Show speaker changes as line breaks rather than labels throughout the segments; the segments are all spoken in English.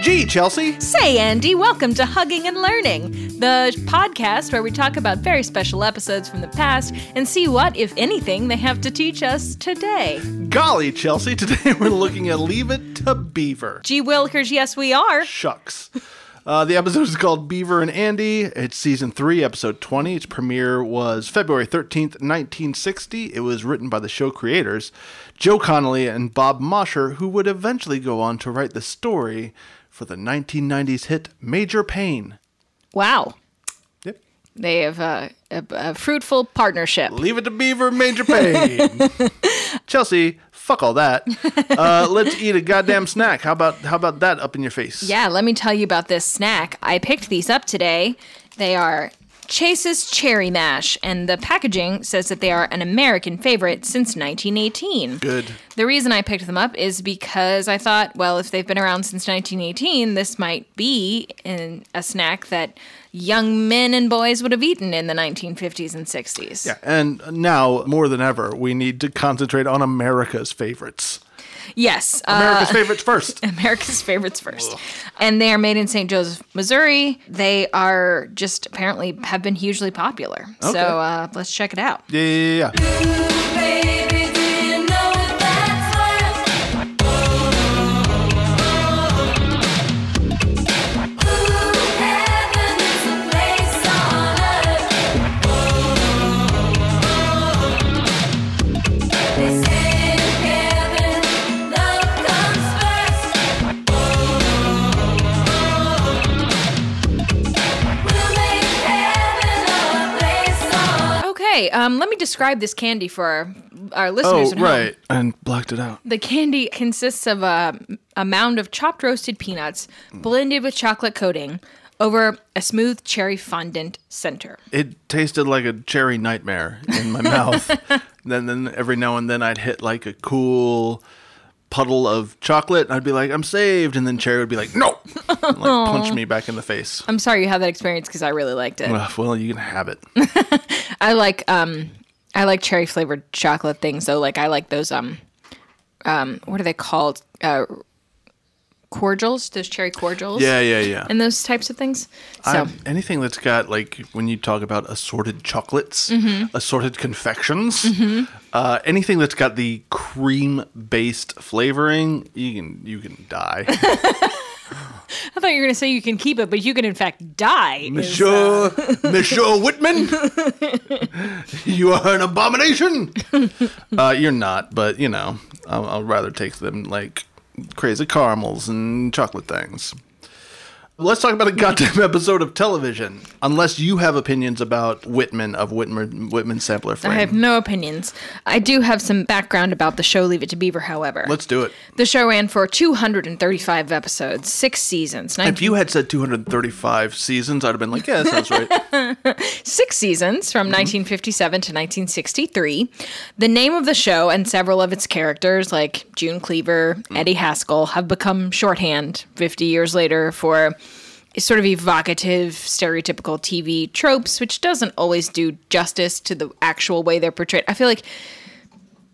Gee, Chelsea.
Say, Andy, welcome to Hugging and Learning, the podcast where we talk about very special episodes from the past and see what, if anything, they have to teach us today.
Golly, Chelsea. Today we're looking at Leave It to Beaver.
Gee Willikers, yes, we are.
Shucks. Uh, the episode is called Beaver and Andy. It's season three, episode 20. Its premiere was February 13th, 1960. It was written by the show creators, Joe Connolly and Bob Mosher, who would eventually go on to write the story for the 1990s hit Major Pain.
Wow.
Yep.
They have uh, a, a fruitful partnership.
Leave it to Beaver, Major Pain. Chelsea, fuck all that. Uh, let's eat a goddamn snack. How about how about that up in your face?
Yeah, let me tell you about this snack. I picked these up today. They are Chase's Cherry Mash, and the packaging says that they are an American favorite since 1918.
Good.
The reason I picked them up is because I thought, well, if they've been around since 1918, this might be in a snack that young men and boys would have eaten in the 1950s and 60s.
Yeah, and now more than ever, we need to concentrate on America's favorites.
Yes. uh,
America's favorites first.
America's favorites first. And they are made in St. Joseph, Missouri. They are just apparently have been hugely popular.
Okay.
So uh, let's check it out.
Yeah, yeah, yeah.
Baby, do you know what that's worth? Ooh, heaven is a place on earth. They say in heaven, love comes first. We'll make heaven a place on
Okay, um, let me describe this candy for our, our listeners
Oh,
at home.
right. And blocked it out.
The candy consists of a, a mound of chopped roasted peanuts blended with chocolate coating over a smooth cherry fondant center.
It tasted like a cherry nightmare in my mouth. Then, then every now and then I'd hit like a cool puddle of chocolate. and I'd be like, I'm saved. And then Cherry would be like, no. And, like punch me back in the face.
I'm sorry you had that experience because I really liked it.
Ugh, well, you can have it.
I like um I like cherry flavored chocolate things though. Like I like those um um what are they called? Uh cordials, those cherry cordials.
Yeah, yeah, yeah.
And those types of things. So
I- anything that's got like when you talk about assorted chocolates,
Mm-hmm.
assorted confections, uh, anything that's got the cream-based flavoring, you can you can die.
I thought you were gonna say you can keep it, but you can in fact die.
Monsieur Monsieur Whitman, you are an abomination. uh, you're not, but you know, I'll, I'll rather take them like crazy caramels and chocolate things. Let's talk about a goddamn episode of television. Unless you have opinions about Whitman of Whitman Whitman sampler frame,
I have no opinions. I do have some background about the show Leave It to Beaver, however.
let's do it.
the show ran for 235 episodes, six seasons, nine,
If you had said 235 seasons, I'd have been like, yeah, that sounds right.
six seasons from 1957 to 1963. The name of the show and several of its characters, like June Cleaver, Eddie Haskell, have become shorthand 50 years later for sort of evocative, stereotypical TV tropes, which doesn't always do justice to the actual way they're portrayed. I feel like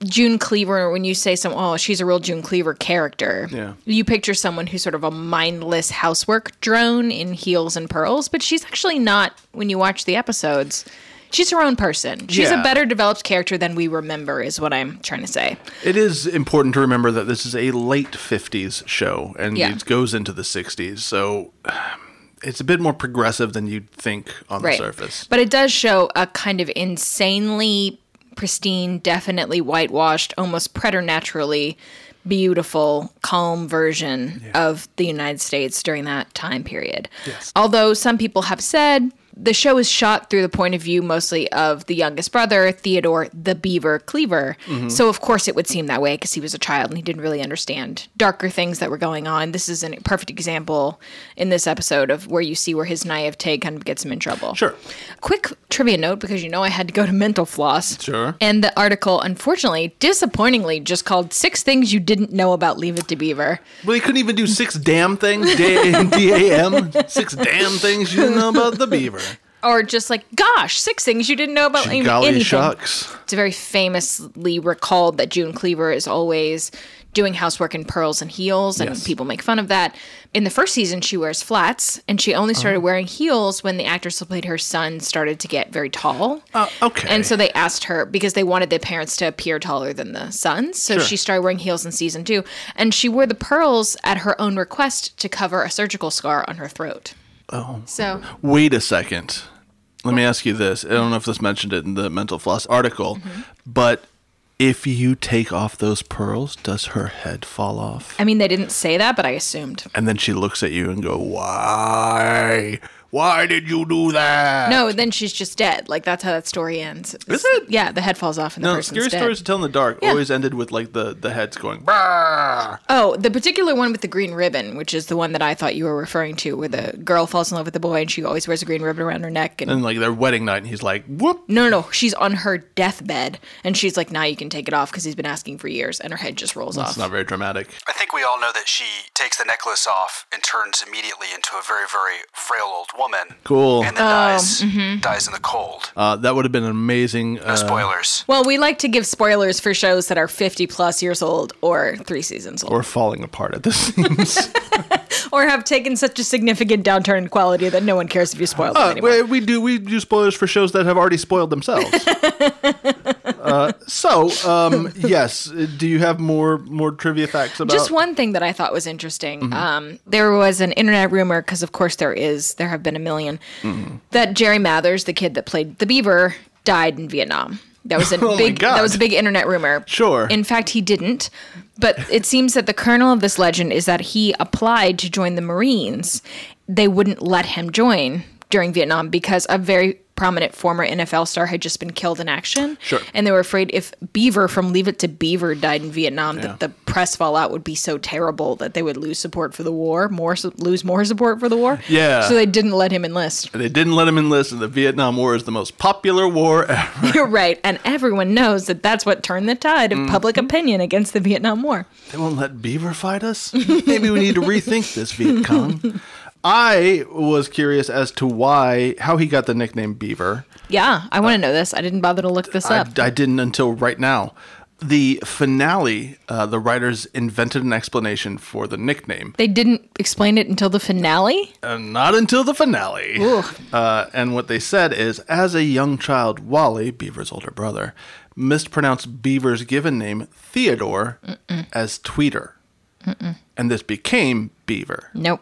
June Cleaver, when you say some, oh, she's a real June Cleaver character.
Yeah.
You picture someone who's sort of a mindless housework drone in heels and pearls, but she's actually not. When you watch the episodes, she's her own person. She's
Yeah.
a better developed character than we remember, is what I'm trying to say.
It is important to remember that this is a late 50s show and
Yeah.
it goes into the 60s. So it's a bit more progressive than you'd think on the surface.
But it does show a kind of insanely pristine, definitely whitewashed, almost preternaturally beautiful, calm version of the United States during that time period. Although some people have said the show is shot through the point of view mostly of the youngest brother, Theodore the Beaver Cleaver. So, of course, it would seem that way because he was a child and he didn't really understand darker things that were going on. This is a perfect example in this episode of where you see where his naivete kind of gets him in trouble.
Sure.
Quick trivia note because you know I had to go to Mental Floss.
Sure.
And the article, unfortunately, disappointingly, just called Six Things You Didn't Know About Leave It to Beaver.
Well, he couldn't even do six damn things. D- D-A-M. Six damn things you didn't know about the beaver.
Or just like, gosh, six things you didn't know about any-
Golly
anything.
shucks.
It's very famously recalled that June Cleaver is always doing housework in pearls and heels, and
Yes.
people make fun of that. In the first season, she wears flats, and she only
Oh.
started wearing heels when the actress who played her son started to get very tall.
Uh, okay.
And so they asked her because they wanted the parents to appear taller than the sons. So
Sure.
she started wearing heels in season two. And she wore the pearls at her own request to cover a surgical scar on her throat. Oh. So
Wait a second. Let me ask you this. I don't know if this mentioned it in the mental floss article,
Mm-hmm.
but if you take off those pearls, does her head fall off?
I mean they didn't say that, but I assumed.
And then she looks at you and go, "Why? Why did you do that?"
No, then she's just dead. Like that's how that story ends. Is
it?
Yeah, the head falls off and the
No,
person's
scary
dead.
stories to tell in the dark
Yeah.
always ended with like the the heads going. "Brrr."
Oh, the particular one with the green ribbon, which is the one that I thought you were referring to, where the girl falls in love with the boy and she always wears a green ribbon around her neck. And
And like their wedding night, and he's like, "Whoop!"
no, no, no, she's on her deathbed and she's like, "Now you can take it off" because he's been asking for years, and her head just rolls
It's
off.
not very dramatic.
I think we all know that she takes the necklace off and turns immediately into a very, very frail old woman.
Cool.
And then dies, dies in the cold.
Uh, that would have been an amazing.
no
Uh,
spoilers.
Well, we like to give spoilers for shows that are 50 plus years old or three seasons old
we're falling apart at the seams.
or have taken such a significant downturn in quality that no one cares if you spoil them
Uh,
anymore.
we, we do we do spoilers for shows that have already spoiled themselves. uh, so um, yes, uh, do you have more more trivia facts about? Mm-hmm.
Just one thing that I thought was interesting. Um, there was an internet rumor because, of course, there is. There have been a 1000000
Mm-hmm.
That Jerry Mathers, the kid that played the Beaver, died in Vietnam. That was a
Oh my
big.
God.
That was a big internet rumor.
Sure.
In fact, he didn't. But it seems that the kernel of this legend is that he applied to join the Marines. They wouldn't let him join during Vietnam because a very prominent former NFL star had just been killed in action.
Sure.
And they were afraid if Beaver from Leave It to Beaver died in Vietnam,
Yeah.
that the press fallout would be so terrible that they would lose support for the war, more su- lose more support for the war.
Yeah.
So they didn't let him enlist.
They didn't let him enlist, and the Vietnam War is the most popular war ever.
You're right, and everyone knows that that's what turned the tide of public
Mm-hmm.
opinion against the Vietnam War.
They won't let Beaver fight us. Maybe we need to rethink this Viet Cong. I was curious as to why how he got the nickname Beaver.
Yeah, I want to know this. I didn't bother to look this
I,
up.
I didn't until right now. The finale, uh, the writers invented an explanation for the nickname.
they didn't explain it until the finale.
and not until the finale.
Ooh.
Uh, and what they said is, as a young child, Wally, Beaver's older brother, mispronounced Beaver's given name Theodore as Tweeter, and this became Beaver.
Nope.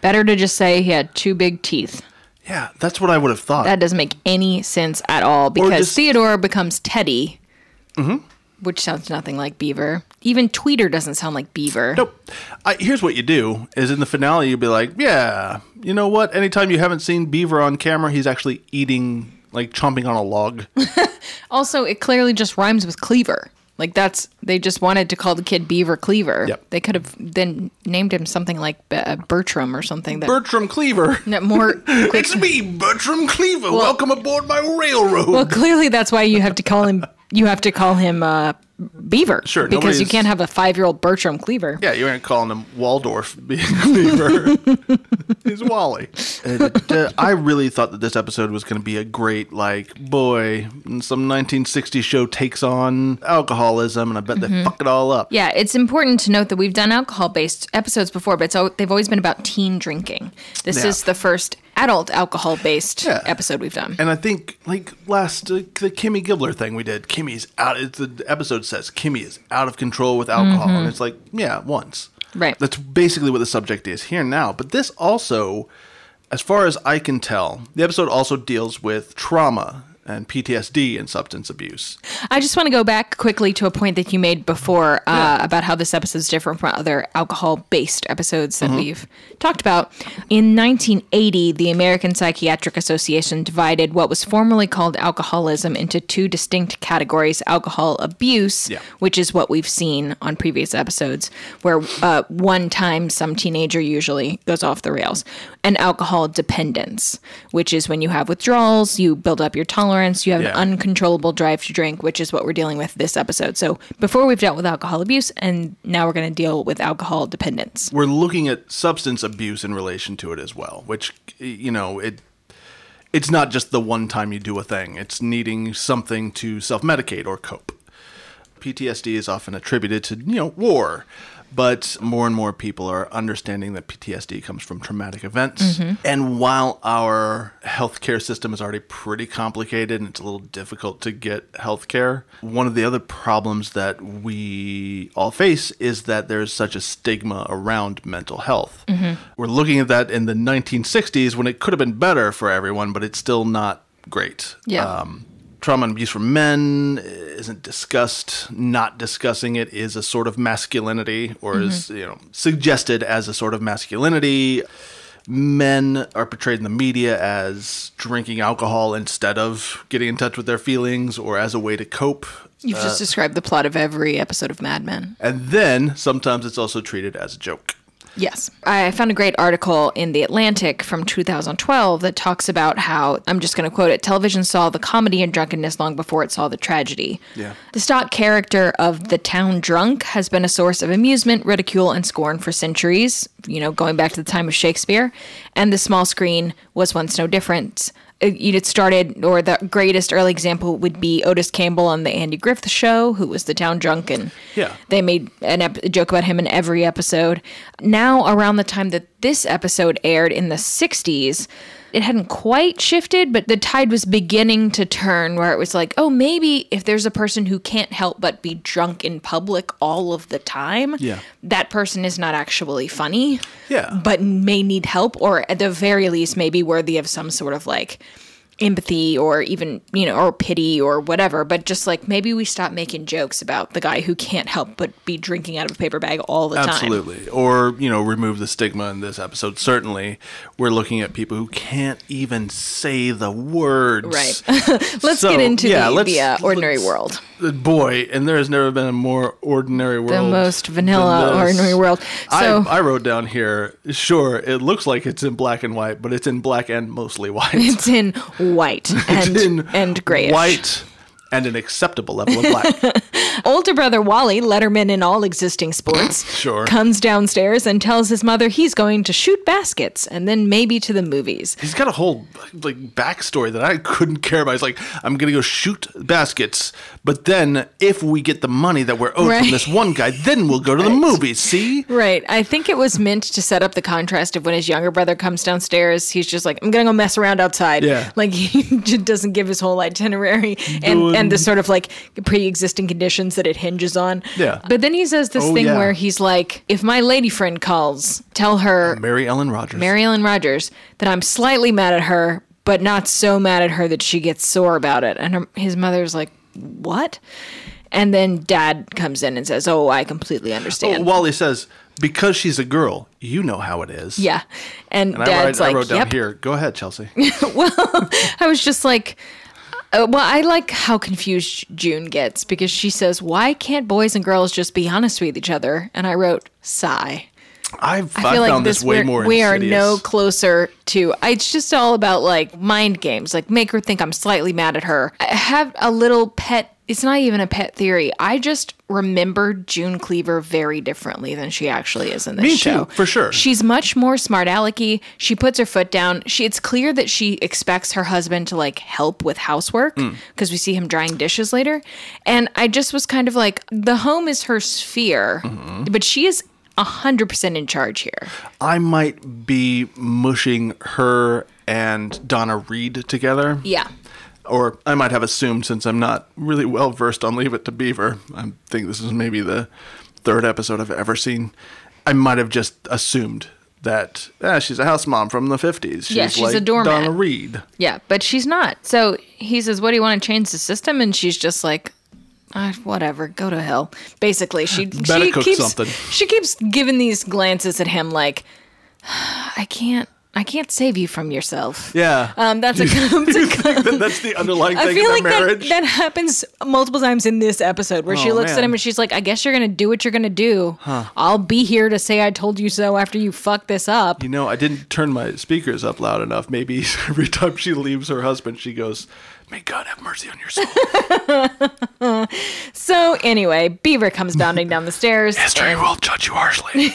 Better to just say he had two big teeth.
Yeah, that's what I would have thought.
That doesn't make any sense at all because
just-
Theodore becomes Teddy, which sounds nothing like Beaver. Even Tweeter doesn't sound like Beaver.
nope. I, here's what you do: is in the finale, you'd be like, yeah, you know what? Anytime you haven't seen Beaver on camera, he's actually eating. Like chomping on a log.
Also, it clearly just rhymes with Cleaver. Like that's they just wanted to call the kid Beaver Cleaver.
Yep.
They could have then named him something like uh, Bertram or something that,
Bertram Cleaver.
that more. quick-
It's me, Bertram Cleaver. Welcome aboard my railroad.
well, clearly that's why you have to call him. You have to call him uh, Beaver.
Sure,
because you
nobody's-
can't have a five-year-old Bertram Cleaver.
Yeah, you aren't calling him Waldorf being Cleaver. He's Wally. Uh, d- I really thought that this episode was going to be a great, like, boy, some 1960 show takes on alcoholism, and I bet
Mm-hmm.
they fuck it all up.
Yeah, it's important to note that we've done alcohol based episodes before, but it's al- they've always been about teen drinking. This
Yeah.
is the first adult alcohol based
Yeah.
episode we've done.
And I think, like, last, uh, the Kimmy Gibbler thing we did, Kimmy's out, it's, the episode says Kimmy is out of control with alcohol. And it's like, yeah, once.
Right.
That's basically what the subject is here now. But this also, as far as I can tell, the episode also deals with trauma and PTSD and substance abuse.
I just want to go back quickly to a point that you made before uh, about how this episode is different from other alcohol based episodes that we've talked about. In 1980, the American Psychiatric Association divided what was formerly called alcoholism into two distinct categories alcohol abuse,
Yeah.
which is what we've seen on previous episodes, where uh, one time some teenager usually goes off the rails, and alcohol dependence, which is when you have withdrawals, you build up your tolerance, you have an
Yeah.
uncontrollable drive to drink, which is what we're dealing with this episode. So before we've dealt with alcohol abuse, and now we're going to deal with alcohol dependence.
We're looking at substance abuse in relation to it as well, which you know it. It's not just the one time you do a thing. It's needing something to self-medicate or cope. PTSD is often attributed to you know war, but more and more people are understanding that PTSD comes from traumatic events. And while our healthcare system is already pretty complicated and it's a little difficult to get healthcare, one of the other problems that we all face is that there is such a stigma around mental health. We're looking at that in the 1960s when it could have been better for everyone, but it's still not great Um,
Yeah.
trauma and abuse from men isn't discussed. Not discussing it is a sort of masculinity, or is you know suggested as a sort of masculinity. Men are portrayed in the media as drinking alcohol instead of getting in touch with their feelings or as a way to cope.
You've just described the plot of every episode of Mad Men.
And then sometimes it's also treated as a joke.
Yes. I found a great article in The Atlantic from 2012 that talks about how, I'm just going to quote it television saw the comedy in drunkenness long before it saw the tragedy.
Yeah.
The stock character of the town drunk has been a source of amusement, ridicule, and scorn for centuries, you know, going back to the time of Shakespeare. And the small screen was once no different. It it started, or the greatest early example would be Otis Campbell on The Andy Griffith Show, who was the town drunk and
Yeah.
they made an ep- a joke about him in every episode. Now, around the time that this episode aired in the 60s, it hadn't quite shifted, but the tide was beginning to turn where it was like, oh, maybe if there's a person who can't help but be drunk in public all of the time,
Yeah.
that person is not actually funny,
Yeah.
but may need help, or at the very least, may be worthy of some sort of like empathy or even you know or pity or whatever but just like maybe we stop making jokes about the guy who can't help but be drinking out of a paper bag all the time
Absolutely. Or, you know, remove the stigma in this episode. Certainly, we're looking at people who can't even say the words.
Right. let's
So,
get into
yeah,
the,
let's-
the uh, ordinary
let's-
world
boy, and there has never been a more ordinary world.
the most vanilla
than this.
ordinary world so
I, I wrote down here. Sure, it looks like it's in black and white, but it's in black and mostly white.
it's in white and
it's in
and grayish
white and an acceptable level of black.
older brother Wally, letterman in all existing sports,
Sure.
comes downstairs and tells his mother he's going to shoot baskets and then maybe to the movies.
He's got a whole like backstory that I couldn't care about. He's like, I'm gonna go shoot baskets, but then if we get the money that we're owed
Right.
from this one guy, then we'll go to the movies. See,
Right. I think it was meant to set up the contrast of when his younger brother comes downstairs, he's just like, I'm going to go mess around outside.
Yeah.
Like, he just doesn't give his whole itinerary and, and the sort of like pre existing conditions that it hinges on.
Yeah.
But then he says this
Oh,
thing
yeah.
where he's like, if my lady friend calls, tell her
Mary Ellen Rogers.
Mary Ellen Rogers that I'm slightly mad at her, but not so mad at her that she gets sore about it. And her, his mother's like, "What?" And then Dad comes in and says, "Oh, I completely understand."
Oh, Wally says, because she's a girl, you know how it is.
yeah, and,
And I, write,
Dad's
I wrote
like,
down
"Yep."
here. Go ahead, Chelsea.
I was just like. Uh, well, I like how confused June gets because she says, "Why can't boys and girls just be honest with each other?" And I wrote, "Sigh."
I've,
I
I
feel like
found
this,
this, way
we're-
more.
we are
insidious.
no closer to. It's just all about like mind games. Like make her think I'm slightly mad at her. I have a little pet. It's not even a pet theory. I just remember June Cleaver very differently than she actually is in this
Me too,
show.
for sure.
She's much more smart alecky. She puts her foot down. She it's clear that she expects her husband to like help with housework
Hmm.
because we see him drying dishes later. And I just was kind of like the home is her sphere,
Mm-hmm.
but she is 100% in charge here.
I might be mushing her and Donna Reed together.
Yeah.
Or I might have assumed, since I'm not really well versed on Leave It to Beaver, I think this is maybe the third episode I've ever seen. I might have just assumed that ah, she's a house mom from the 50s. She's
Yeah, she's
like
a doormat.
Donna Reed.
Yeah, but she's not. So he says, "What do you want to change the system?" And she's just like, "Ah, "Whatever, go to hell." Basically, she
Better
she
cook
keeps
something.
she keeps giving these glances at him, like, "I can't, I can't save you from yourself."
Yeah.
Um, that's a. that's a
That- that's the underlying thing
I
in
feel
their
like that,
marriage.
that happens multiple times in this episode where she
Oh,
looks at
man.
him and she's like, I guess you're going to do what you're going to do. I'll be here to say I told you so after you fuck this up.
you know, I didn't turn my speakers up loud enough. Maybe every time she leaves her husband, she goes, May God have mercy on your soul.
So anyway, Beaver comes bounding down the stairs.
History will judge you harshly.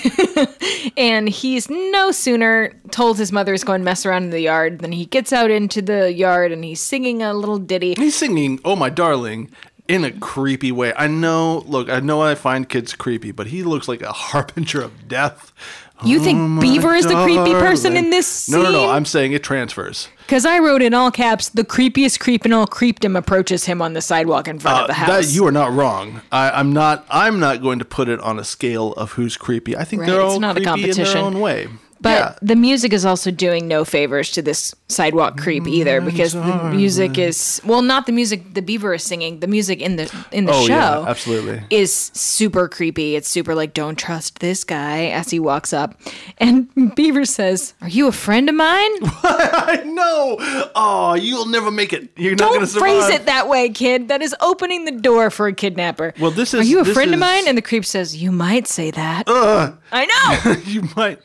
And he's no sooner told his mother is going to mess around in the yard than he gets out into the yard and he's singing a little ditty.
He's singing, Oh My Darling, in a creepy way. I know, look, I know I find kids creepy, but he looks like a harbinger of death.
You think Beaver is the creepy person in this
Oh No,
scene?
no, no. I'm saying it transfers.
Because I wrote in all caps, the creepiest creep in all creepdom approaches him on the sidewalk in front
Uh,
of the house.
That you are not wrong. I, I'm not. I'm not going to put it on a scale of who's creepy. I think
Right,
they're
it's
all
not a
creepy in
competition.
their own way.
But
yeah.
the music is also doing no favors to this sidewalk
Mm,
creep either because the music is well not the music the beaver is singing the music in the in the
Oh,
show
yeah, absolutely.
is super creepy it's super like don't trust this guy as he walks up and beaver says are you a friend of mine
I know. Oh, you'll never make it. You're not going
don't
to survive.
phrase it that way kid that is opening the door for a kidnapper
Well, this
are
is-
you a
this
friend of
is-
mine and the creep says you might say that I know
you might.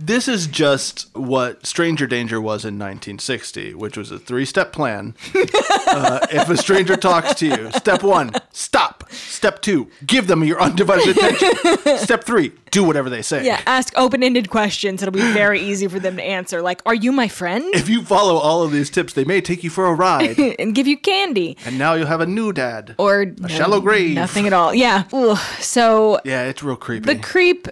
This is just what Stranger Danger was in 1960, which was a three step plan. uh, if a stranger talks to you, step one, stop. Step two, give them your undivided attention. step three, do whatever they say.
Yeah, ask open ended questions. It'll be very easy for them to answer. Like, are you my friend?
If you follow all of these tips, they may take you for a ride,
And give you candy.
and now you'll have a new dad.
Or
shallow grave.
Nothing at all. Yeah. Ugh. So
yeah, it's real creepy.
the creep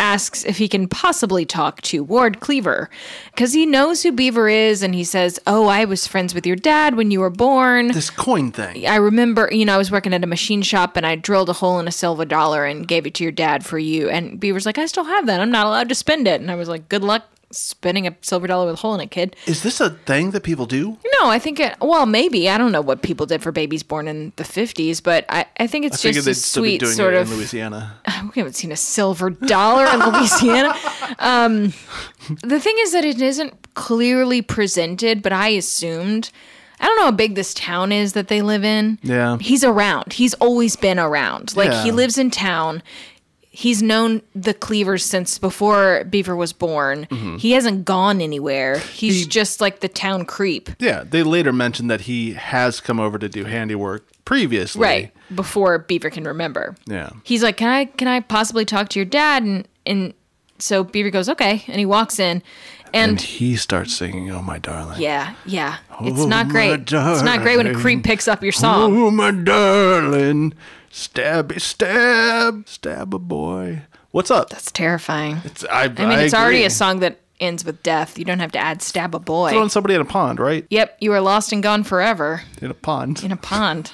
asks if he can possibly talk to Ward Cleaver because he knows who Beaver is and he says, Oh, I was friends with your dad when you were born.
this coin thing.
I remember, you know, I was working at a machine shop and I drilled a hole in a silver dollar and gave it to your dad for you. And Beaver's like, I still have that. I'm not allowed to spend it. And I was like, Good luck spending a silver dollar with a hole in it, kid.
Is this a thing that people do?
No, I think it. Well, maybe I don't know what people did for babies born in the fifties, but I, I think it's
Figure
just a
they'd still be
sweet
doing
sort
it
of.
in Louisiana.
We haven't seen a silver dollar in Louisiana. um, the thing is that it isn't clearly presented, but I assumed. I don't know how big this town is that they live in.
Yeah.
he's around. He's always been around. Like he
Yeah.
lives in town. He's known the Cleavers since before Beaver was born.
Mm-hmm.
He hasn't gone anywhere. He's just like the town creep.
Yeah, they later mentioned that he has come over to do handiwork previously.
right before beaver can remember
Yeah.
he's like can i can i possibly talk to your dad and and so beaver goes okay and he walks in
And
and,
he starts singing, "Oh my darling."
yeah yeah it's
Oh,
not
my
great it's not great when a creep
darling.
picks up your song
Oh my darling, stabby stab, stab a boy. What's up?
it's terrifying
It's- I,
i mean it's already
agree.
a song that ends with death you don't have to add stab a boy
Throwing somebody in a pond, right?
Yep, you are lost and gone forever.
In a pond.
in a pond.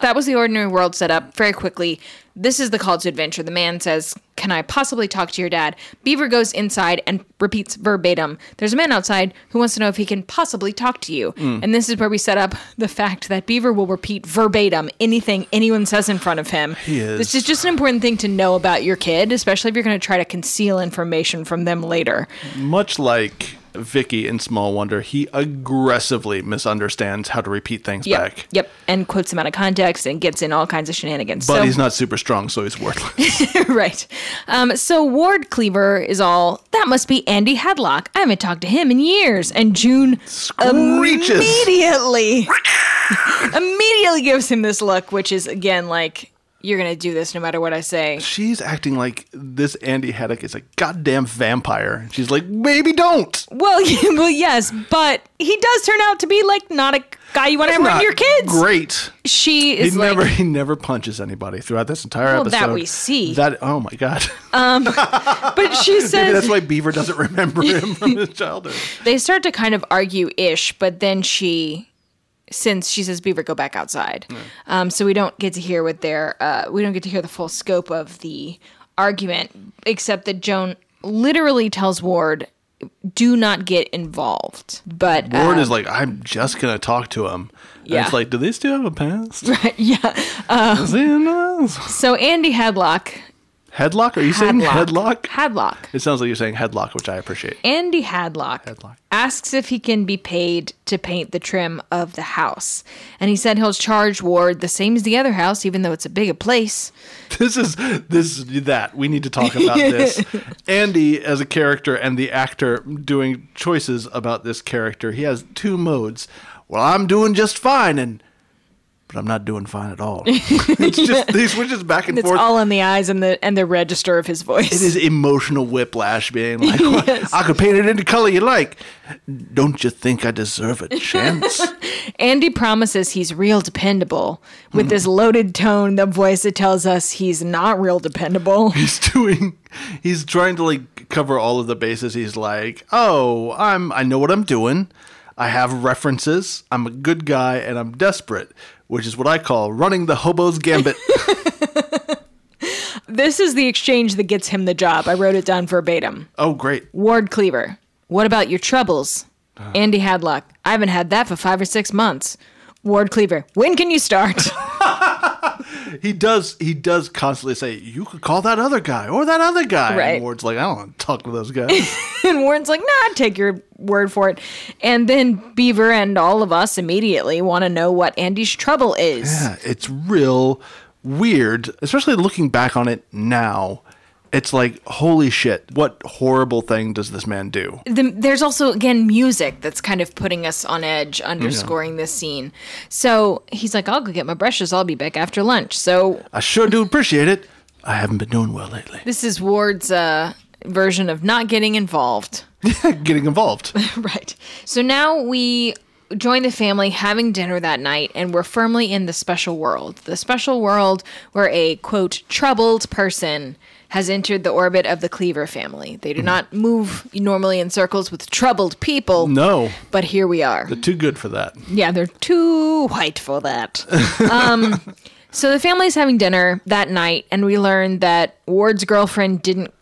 that was the ordinary world set up very quickly. This is the call to adventure. The man says, Can I possibly talk to your dad? Beaver goes inside and repeats verbatim There's a man outside who wants to know if he can possibly talk to you.
Hmm.
And this is where we set up the fact that Beaver will repeat verbatim anything anyone says in front of him. He
is.
This is just an important thing to know about your kid, especially if you're going to try to conceal information from them later.
Much like Vicky in Small Wonder, he aggressively misunderstands how to repeat things
Yep.
back.
Yep. And quotes them out of context and gets in all kinds of shenanigans.
But
So-
he's not super strong, so he's worthless.
right. Um, so Ward Cleaver is all that must be Andy Hadlock. I haven't talked to him in years. And June
Screeches.
immediately, immediately gives him this look, which is again like you're gonna do this no matter what I say.
She's acting like this Andy Haddock is a goddamn vampire. She's like, maybe don't.
Well, yeah, well, yes, but he does turn out to be like not a guy you want to run
Not
your kids.
Great.
She
He
is like
never he never punches anybody throughout this entire
Well, that
episode.
we see.
That oh my god.
but she
Maybe
says
that's why Beaver doesn't remember him from his childhood.
they start to kind of argue ish, but then she, since she says Beaver, go back outside. Um, so we don't get to hear what their, uh, we don't get to hear the full scope of the argument, except that Joan literally tells Ward, "Do not get involved." But uh,
Ward is like, I'm just gonna talk to him. And
Yeah.
it's like, do they still have a past?
yeah.
Is it in us?
So Andy Headlock,
Headlock? Are you saying headlock?
Hadlock, Hadlock,
It sounds like you're saying headlock, which I appreciate.
Andy Hadlock,
Hadlock.
asks if he can be paid to paint the trim of the house, and he said he'll charge Ward the same as the other house, even though it's a bigger place.
This is this is that we need to talk about this. Andy as a character and the actor doing choices about this character. He has two modes. Well, I'm doing just fine, and but I'm not doing fine at all. it's just he switches back and
It's
forth.
all in the eyes and the and the register of his voice.
it is emotional whiplash being like, I could paint it any color you like. Don't you think I deserve a chance?
Andy promises he's real dependable
Mm-hmm.
with this loaded tone, the voice that tells us he's not real dependable.
he's doing he's trying to like cover all of the bases he's like oh i'm i know what i'm doing i have references i'm a good guy and i'm desperate which is what i call running the hobo's gambit
This is the exchange that gets him the job. I wrote it down verbatim.
oh great
Ward Cleaver, what about your troubles? Andy Hadlock, I haven't had that for five or six months. Ward Cleaver, when can you start?
he does he does constantly say you could call that other guy or that other guy
Right.
and ward's like i don't want to talk to those guys
and Ward's like, nah, take your word for it. And then Beaver and all of us immediately want to know what Andy's trouble is.
yeah, it's real weird especially looking back on it now it's like holy shit what horrible thing does this man do
the, there's also again music that's kind of putting us on edge underscoring this scene so he's like i'll go get my brushes i'll be back after lunch so
I sure do appreciate it. I haven't been doing well lately.
this is ward's uh, version of not getting involved
Getting involved.
right so now we join the family having dinner that night and we're firmly in the special world the special world where a quote troubled person has entered the orbit of the cleaver family they do
Mm-hmm.
not move normally in circles with troubled people
No,
but here we are
too good for that.
Yeah, they're too white for that. um, so the family's having dinner that night, and we learn that Ward's girlfriend didn't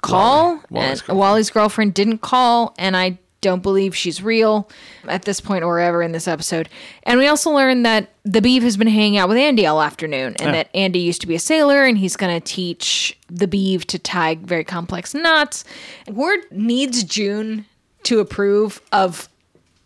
Wally.
call,
Wally's
and
girlfriend.
Wally's girlfriend didn't call, and I don't believe she's real at this point or ever in this episode. And we also learn that the Beeve has been hanging out with Andy all afternoon, and that Andy used to be a sailor, and he's going to teach the Beeve to tie very complex knots. Ward needs June to approve of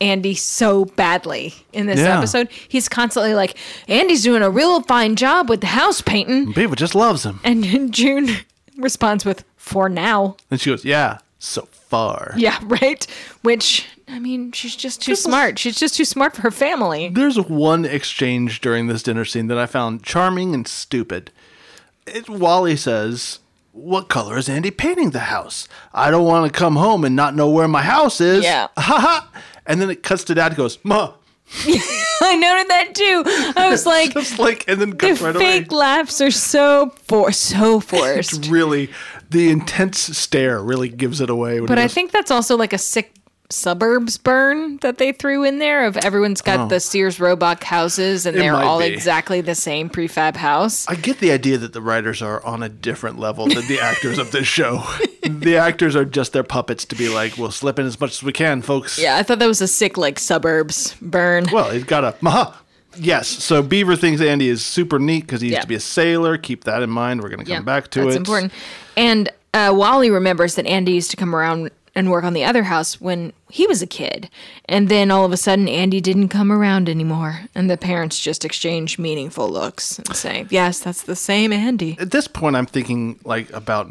Andy so badly in this
Yeah.
episode. He's constantly like, Andy's doing a real fine job with the house painting.
Beaver just loves him.
And then June responds with, for now.
And she goes, Yeah, so far.
Yeah, right? Which, I mean, she's just too smart. She's just too smart for her family.
There's one exchange during this dinner scene that I found charming and stupid. It, Wally says, What color is Andy painting the house? I don't want to come home and not know where my house is.
Yeah.
Ha ha. And then it cuts to dad goes, Ma.
I noted that too. I was like, the
Just like, and then cuts right away.
fake laughs are so for so forced.
It's really, the intense stare really gives it away. When
But
he
I
goes,
think that's also like a sick suburbs burn that they threw in there of everyone's got the Sears Roebuck houses and
It
they're
might
all
be.
exactly the same prefab house.
I get the idea that the writers are on a different level than the actors of this show. The actors are just their puppets to be like, we'll slip in as much as we can, folks.
Yeah, I thought that was a sick like suburbs burn.
Well, he's got a. Maha. Yes. So Beaver thinks Andy is super neat because he used
Yeah.
to be a sailor. Keep that in mind. We're going to come
yeah,
back to
that's
it.
important. And uh, Wally remembers that Andy used to come around and work on the other house when he was a kid, and then all of a sudden Andy didn't come around anymore, and the parents just exchange meaningful looks and say, "Yes, that's the same Andy
At this point, I'm thinking like about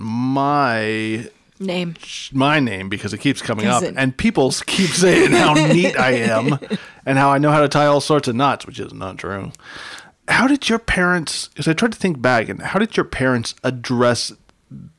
my
name."
my name because it keeps coming up,
Does it?
and people keep saying how neat I am and how I know how to tie all sorts of knots, which is not true. How did your parents? Because I tried to think back, and how did your parents address,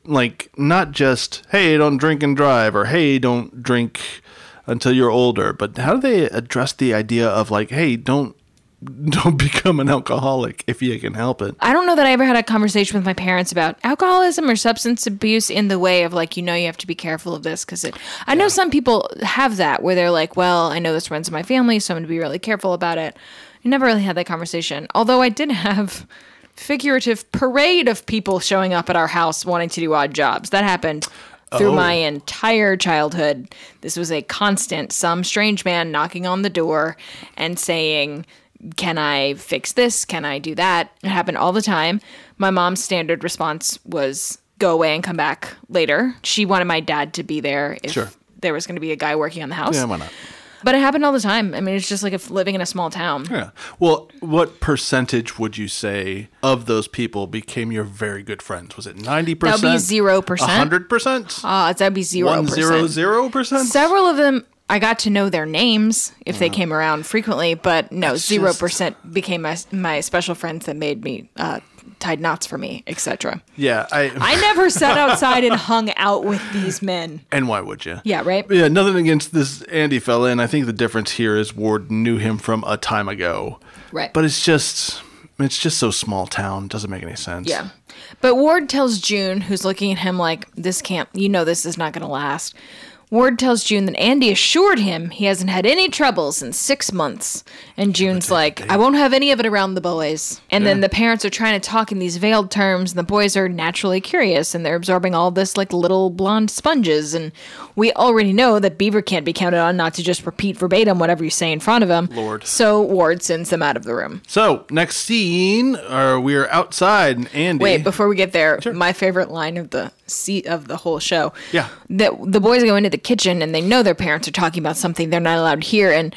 like, not just "Hey, don't drink and drive" or "Hey, don't drink until you're older," but how do they address the idea of like, "Hey, don't." Don't become an alcoholic if you can help it.
I don't know that I ever had a conversation with my parents about alcoholism or substance abuse in the way of like you know you have to be careful of this because it. I know some people have that where they're like, well, I know this runs in my family, so I'm going to be really careful about it. I never really had that conversation, although I did have figurative parade of people showing up at our house wanting to do odd jobs. That happened Through
Oh.
my entire childhood, this was a constant some strange man knocking on the door and saying, Can I fix this? Can I do that? It happened all the time. My mom's standard response was, Go away and come back later. She wanted my dad to be there if
Sure.
there was going to be a guy working on the house.
Yeah, why not?
But it happened all the time. I mean, it's just like if living in a small town.
Yeah. Well, what percentage would you say of those people became your very good friends? Was it 90%?
That would be 0%.
100%?
Uh, that'd be zero
One zero
percent.
zero percent.
Several of them, I got to know their names if they came around frequently, but no, zero
just-
percent became my, my special friends that made me uh, tied knots for me, etc.
Yeah, I,
I never sat outside and hung out with these men.
and why would you?
Yeah, right.
Yeah, nothing against this Andy fella, and I think the difference here is Ward knew him from a time ago.
Right.
But it's just it's just so small town, doesn't make any sense.
Yeah. But Ward tells June, who's looking at him like, this can't, you know, this is not going to last. Ward tells June that Andy assured him he hasn't had any troubles in six months. And June's like, I won't have any of it around the boys. And then the parents are trying to talk in these veiled terms, and the boys are naturally curious, and they're absorbing all this like little blonde sponges. And we already know that Beaver can't be counted on not to just repeat verbatim whatever you say in front of him.
Lord.
So Ward sends them out of the room.
So next scene, uh, we are outside, and Andy.
Wait, before we get there, my favorite line of the seat of the whole show.
Yeah.
That the boys go into the kitchen and they know their parents are talking about something they're not allowed to hear and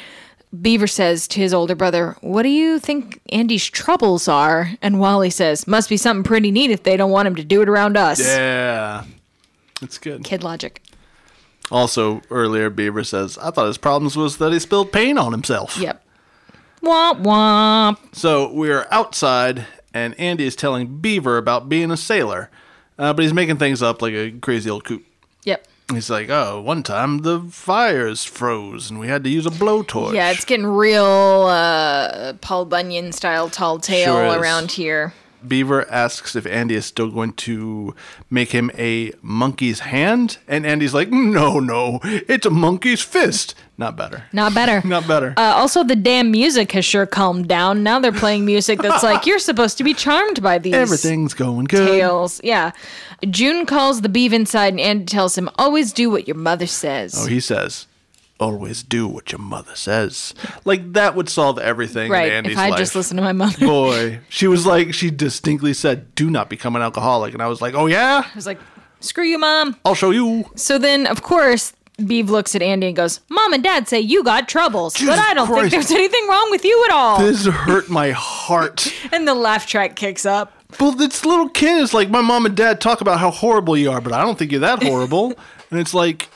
Beaver says to his older brother, "What do you think Andy's troubles are?" And Wally says, "Must be something pretty neat if they don't want him to do it around us."
yeah, it's good.
Kid logic.
Also, earlier Beaver says, "I thought his problems was that he spilled paint on himself."
Yep. Womp womp.
So we are outside, and Andy is telling Beaver about being a sailor, uh, but he's making things up like a crazy old coot.
Yep.
He's like, "Oh, one time the fires froze, and we had to use a blowtorch."
Yeah, it's getting real uh, Paul Bunyan style tall tale
Sure is.
around here.
Beaver asks if Andy is still going to make him a monkey's hand, and Andy's like, "No, no, it's a monkey's fist." Not better.
Not better.
Not better.
Uh, also, the damn music has sure calmed down. Now they're playing music that's like you're supposed to be charmed by these
Everything's going good.
tales. Yeah. June calls the beef inside, and Andy tells him, "Always do what your mother says."
Oh, he says, "Always do what your mother says." Like that would solve everything
right.
in Andy's
If I
life.
just listen to my mother, I
Boy, she was like, she distinctly said, "Do not become an alcoholic," and I was like, "Oh yeah,
was like, "Screw you, mom."
I'll show you."
So then, of course. Beeve looks at Andy and goes, Mom and Dad say you got troubles,
Jesus
but I don't
Christ.
think there's anything wrong with you at all.
This hurt my heart.
and the laugh track kicks up.
Well, this little kid is like, my mom and dad talk about how horrible you are, but I don't think you're that horrible. and it's like,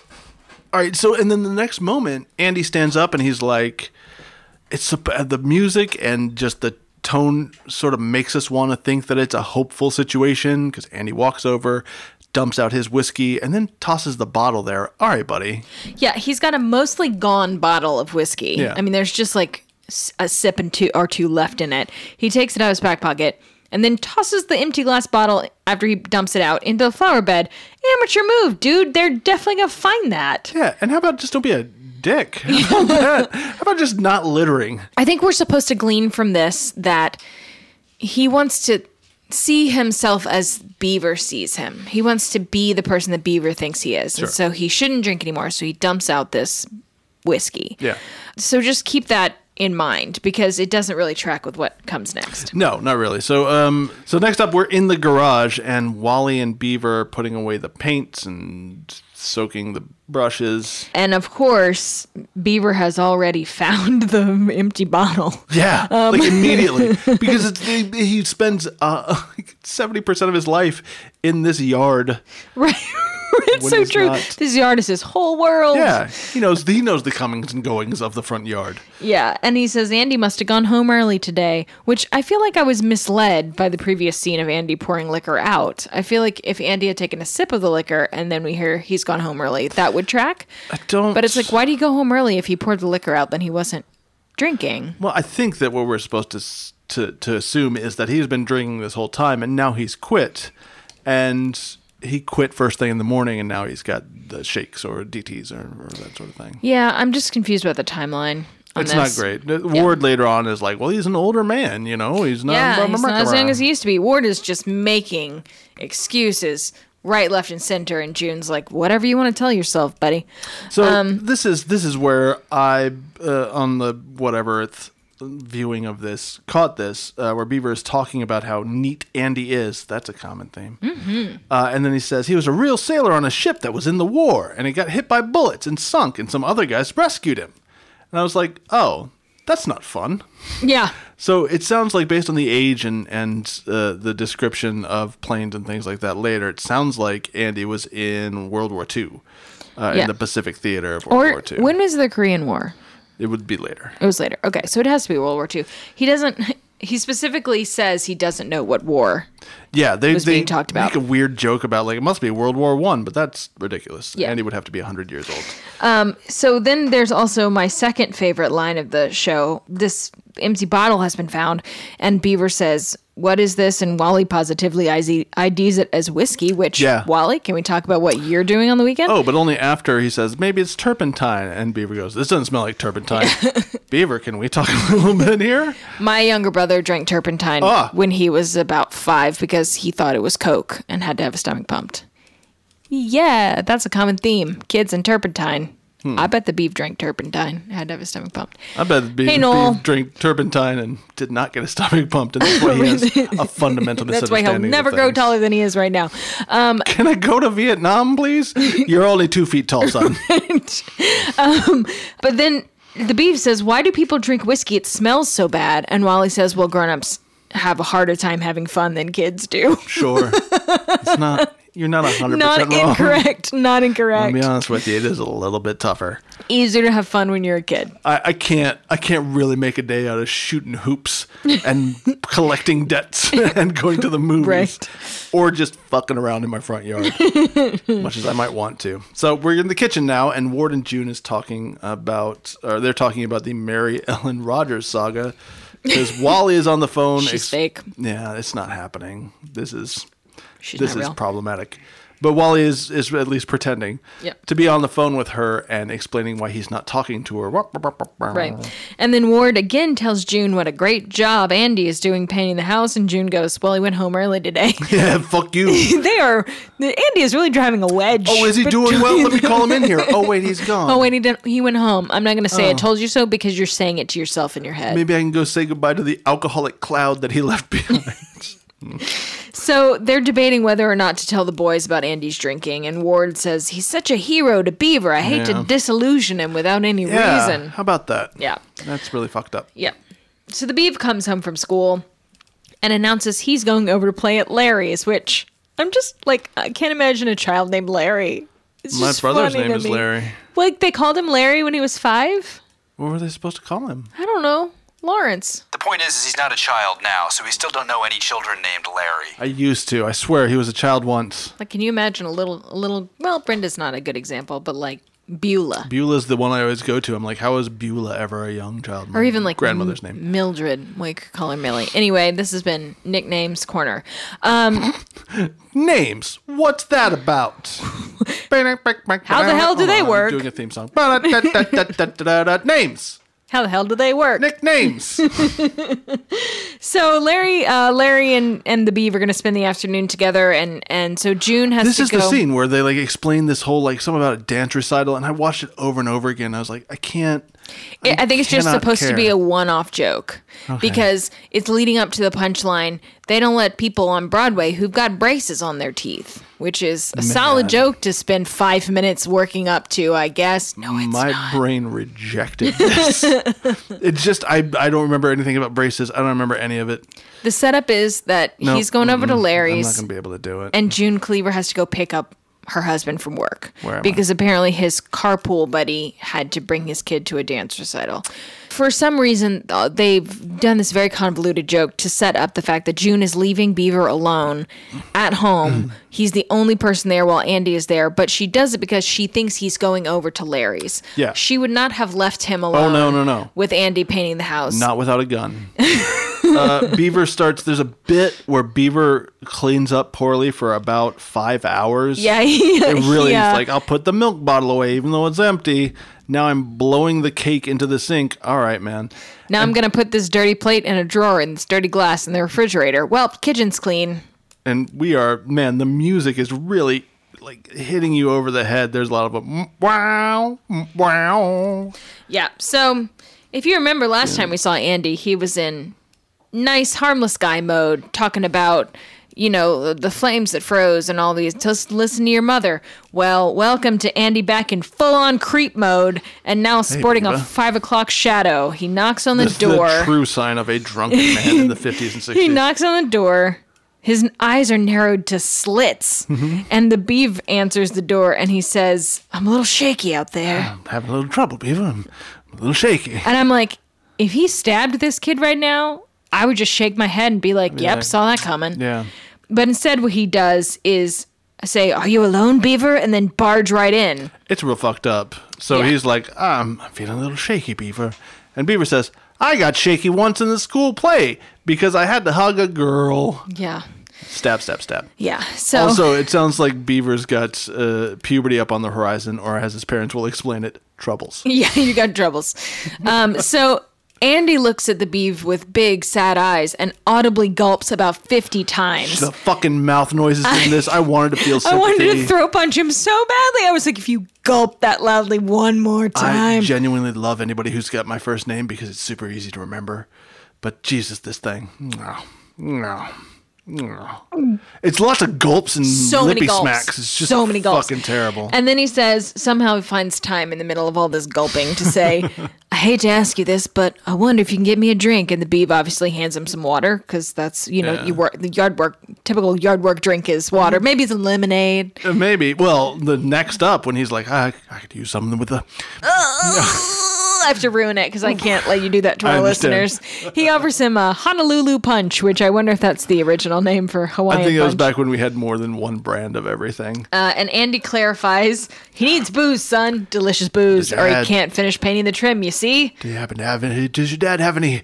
all right. So, and then the next moment, Andy stands up and he's like, it's the- the music and just the tone sort of makes us want to think that it's a hopeful situation because Andy walks over, dumps out his whiskey, and then tosses the bottle there. All right, buddy.
Yeah, he's got a mostly gone bottle of whiskey.
Yeah.
I mean, there's just like s- a sip and two or two left in it. He takes it out of his back pocket and then tosses the empty glass bottle after he dumps it out into the flower bed. Amateur move, dude. They're definitely gonna find that.
Yeah. And how about just don't be a dick? How about, that? How about just not littering?
I think we're supposed to glean from this that he wants to see himself as Beaver sees him. He wants to be the person that Beaver thinks he is.
Sure.
And so he shouldn't drink anymore. So he dumps out this whiskey.
Yeah.
So just keep that in mind because it doesn't really track with what comes next.
No, not really. So, um, so next up, we're in the garage, and Wally and Beaver are putting away the paints and soaking the brushes.
And of course, Beaver has already found the empty bottle.
Yeah, Um, like immediately, because it's, he, he spends uh, seventy percent of his life in this yard.
Right. it's
When
so
he's
true.
not-
This yard is his whole world.
Yeah, he knows he knows the comings and goings of the front yard.
Yeah, and he says Andy must have gone home early today, which I feel like I was misled by the previous scene of Andy pouring liquor out. I feel like if Andy had taken a sip of the liquor and then we hear he's gone home early, that would track.
I don't.
But it's like, why do you go home early if he poured the liquor out? Then he wasn't drinking.
Well, I think that what we're supposed to s- to to assume is that he's been drinking this whole time, and now he's quit, and he quit first thing in the morning, and now he's got the shakes or DTS or, or that sort of thing.
Yeah, I'm just confused about the timeline. on
It's
this.
not great. Uh, Ward later on is like, well, he's an older man, you know, he's not.
Yeah,
blah, blah,
he's
blah,
not as
blah.
young as he used to be. Ward is just making excuses. right, left, and center. And June's like, whatever you want to tell yourself, buddy.
So this is this is where I uh, on the whatever it's viewing of this caught this uh, where Beaver is talking about how neat Andy is. That's a common theme. Uh, and then he says he was a real sailor on a ship that was in the war and he got hit by bullets and sunk and some other guys rescued him. And I was like, oh, that's not fun.
Yeah.
So it sounds like, based on the age and and uh, the description of planes and things like that later, it sounds like Andy was in World War II, uh,
Yeah.
in the Pacific theater of World
Or
War II.
when was the Korean War?
it would be later.
It was later. Okay, so it has to be World War II. He doesn't. He specifically says he doesn't know what war.
Yeah, they
was
they
being talked about.
make a weird joke about like it must be World War One, but that's ridiculous.
Yeah.
Andy would have to be hundred years old.
So then there's also my second favorite line of the show. This empty bottle has been found, and Beaver says, "What is this?" And Wally positively IZ IDs it as whiskey. Which
Yeah.
Wally, can we talk about what you're doing on the weekend?
Oh, but only after he says maybe it's turpentine, and Beaver goes, "This doesn't smell like turpentine." Beaver, can we talk a little bit here?
My younger brother drank turpentine
Ah.
when he was about five because he thought it was coke and had to have his stomach pumped. Yeah, that's a common theme. Kids and turpentine. I bet the beef drank turpentine, had to have his stomach pumped.
Hmm. I bet Beaver,
Hey, Noel.
drank turpentine and did not get his stomach pumped, and that's why he has a fundamental
That's why he'll
misunderstanding of
never grow
things.
taller than he is right now. Uh,
Can I go to Vietnam, please? You're only two feet tall, son.
But then the beef says, Why do people drink whiskey? It smells so bad. And Wally says, Well, grown ups have a harder time having fun than kids do.
sure, it's not. You're not hundred
Not
percent wrong.
incorrect. Not
I'll be
incorrect.
honest with you, it is a little bit tougher.
Easier to have fun when you're a kid.
I, I can't I can't really make a day out of shooting hoops and collecting debts and going to the movies
Right.
or just fucking around in my front yard much as I might want to. So we're in the kitchen now and Ward and June is talking about or they're talking about the Mary Ellen Rogers saga because Wally is on the phone.
She's fake.
Yeah, it's not happening. This is
She's
this
not
is
real.
problematic. But Wally is is at least pretending
Yep.
to be on the phone with her and explaining why he's not talking to her. Uh.
Right. And then Ward again tells June what a great job Andy is doing painting the house. And June goes, Well, he went home early today.
Yeah, fuck you.
they are, Andy is really driving a wedge.
Oh, is he doing well? Let me call him in here. Oh wait, he's gone.
Oh, wait, he, didn't, he went home. I'm not going to say I told you so because you're saying it to yourself in your head.
Oh. Maybe I can go say goodbye to the alcoholic cloud that he left behind.
So they're debating whether or not to tell the boys about Andy's drinking. And Ward says, He's such a hero to Beaver. I hate
Yeah.
to disillusion him without any
yeah.
reason.
How about that?
Yeah.
That's really fucked up.
Yeah. So the Beeve comes home from school and announces he's going over to play at Larry's, which I'm just like, I can't imagine a child named Larry. It's
My
just
brother's
funny
name
to
is
me.
Larry.
Like, they called him Larry when he was five?
What were they supposed to call him?
I don't know. Lawrence.
The point is, is he's not a child now, so we still don't know any children named Larry.
I used to. I swear he was a child once.
Like, can you imagine a little, a little, well, Brenda's not a good example, but like Beulah.
Beulah's the one I always go to. I'm like, how is Beulah ever a young child?
or even like
grandmother's
M-
name.
Mildred. Like, call her Millie. Anyway, this has been Nicknames Corner.
names. What's that about? How
the hell do they work?
doing a theme song. names.
How the hell do they work?
Nicknames.
So Larry, uh, Larry, and and the Beeve are going to spend the afternoon together, and and so June has
this
to
is
go.
the scene where they like explain this whole like something about a dance recital, and I watched it over and over again. I was like, I can't.
I I think it's just
cannot
supposed to be
care.
a one-off joke because it's leading up to the punchline. They don't let people on Broadway who've got braces on their teeth, which is a solid joke to spend five minutes working up to. I guess no, it's
My
not.
brain rejected this. it's just I I don't remember anything about braces. I don't remember any of it.
The setup is that
No,
he's going over to
mm-mm.
Larry's.
I'm not gonna be able to do it.
and June Cleaver has to go pick up her husband from work
Where am I?
because apparently his carpool buddy had to bring his kid to a dance recital. For some reason, uh, they've done this very convoluted joke to set up the fact that June is leaving Beaver alone at home. He's the only person there while Andy is there, but she does it because she thinks he's going over to Larry's.
Yeah. Oh,
She would not have left him alone.
no, no, no.
With Andy painting the house.
Not without a gun. uh, Beaver starts. There's a bit where Beaver cleans up poorly for about five hours.
Yeah, he-
it really
yeah.
is like I'll put the milk bottle away, even though it's empty. Now I'm blowing the cake into the sink. All right, man.
Now I'm going to put this dirty plate in a drawer and this dirty glass in the refrigerator. Well, kitchen's clean.
and we are man. The music is really like hitting you over the head. There's a lot of a mm, wow, mm, wow.
Yeah. So if you remember last time we saw Andy, he was in nice, harmless guy mode, talking about, you know, the flames that froze and all these. Just listen to your mother. Well, welcome to Andy back in full on creep mode and now sporting a
bruh.
five o'clock shadow. He knocks on the
That's
door.
the true sign of a drunken man in the 50s and 60s.
He knocks on the door. His eyes are narrowed to slits.
Mm-hmm.
And the beeve answers the door and he says, I'm a little shaky out there.
I'm having a little trouble, Beaver. I'm a little shaky.
And I'm like, if he stabbed this kid right now, I would just shake my head and be like, yep,
like-
saw that coming.
Yeah.
But instead, what he does is say, Are you alone, Beaver? And then barge right in.
It's real fucked up. So
Yeah.
he's like, I'm feeling a little shaky, Beaver. And Beaver says, I got shaky once in the school play because I had to hug a girl.
Yeah.
Stab, stab, stab.
Yeah. So,
Also, it sounds like Beaver's got uh, puberty up on the horizon, or as his parents will explain it, troubles.
yeah, you got troubles. Um, so, Andy looks at the beeve with big, sad eyes and audibly gulps about 50 times.
The fucking mouth noises in this. I wanted to feel
I
sympathy.
wanted to throw punch him so badly. I was like, if you gulp that loudly one more
I
time.
genuinely love anybody who's got my first name because it's super easy to remember. But Jesus, this thing. No. No. No. It's lots of gulps and
so
lippy
many gulps.
smacks. It's just
so many gulps.
fucking terrible.
And then he says somehow he finds time in the middle of all this gulping to say, "I hate to ask you this, but I wonder if you can get me a drink." And the beeb obviously hands him some water because that's you know
Yeah.
you work the yard work typical yard work drink is water. Maybe it's a lemonade.
Uh, Maybe. Well, the next up when he's like, I, I could use something with the.
I have to ruin it because I can't let you do that to
I
our
understand.
listeners. He offers him a Honolulu punch, which I wonder if that's the original name for Hawaiian
I think it was
punch.
back when we had more than one brand of everything.
Uh, and Andy clarifies, he needs booze, son, delicious booze, or he
Dad.
can't finish painting the trim. You see.
Do you happen to have any? Does your dad have any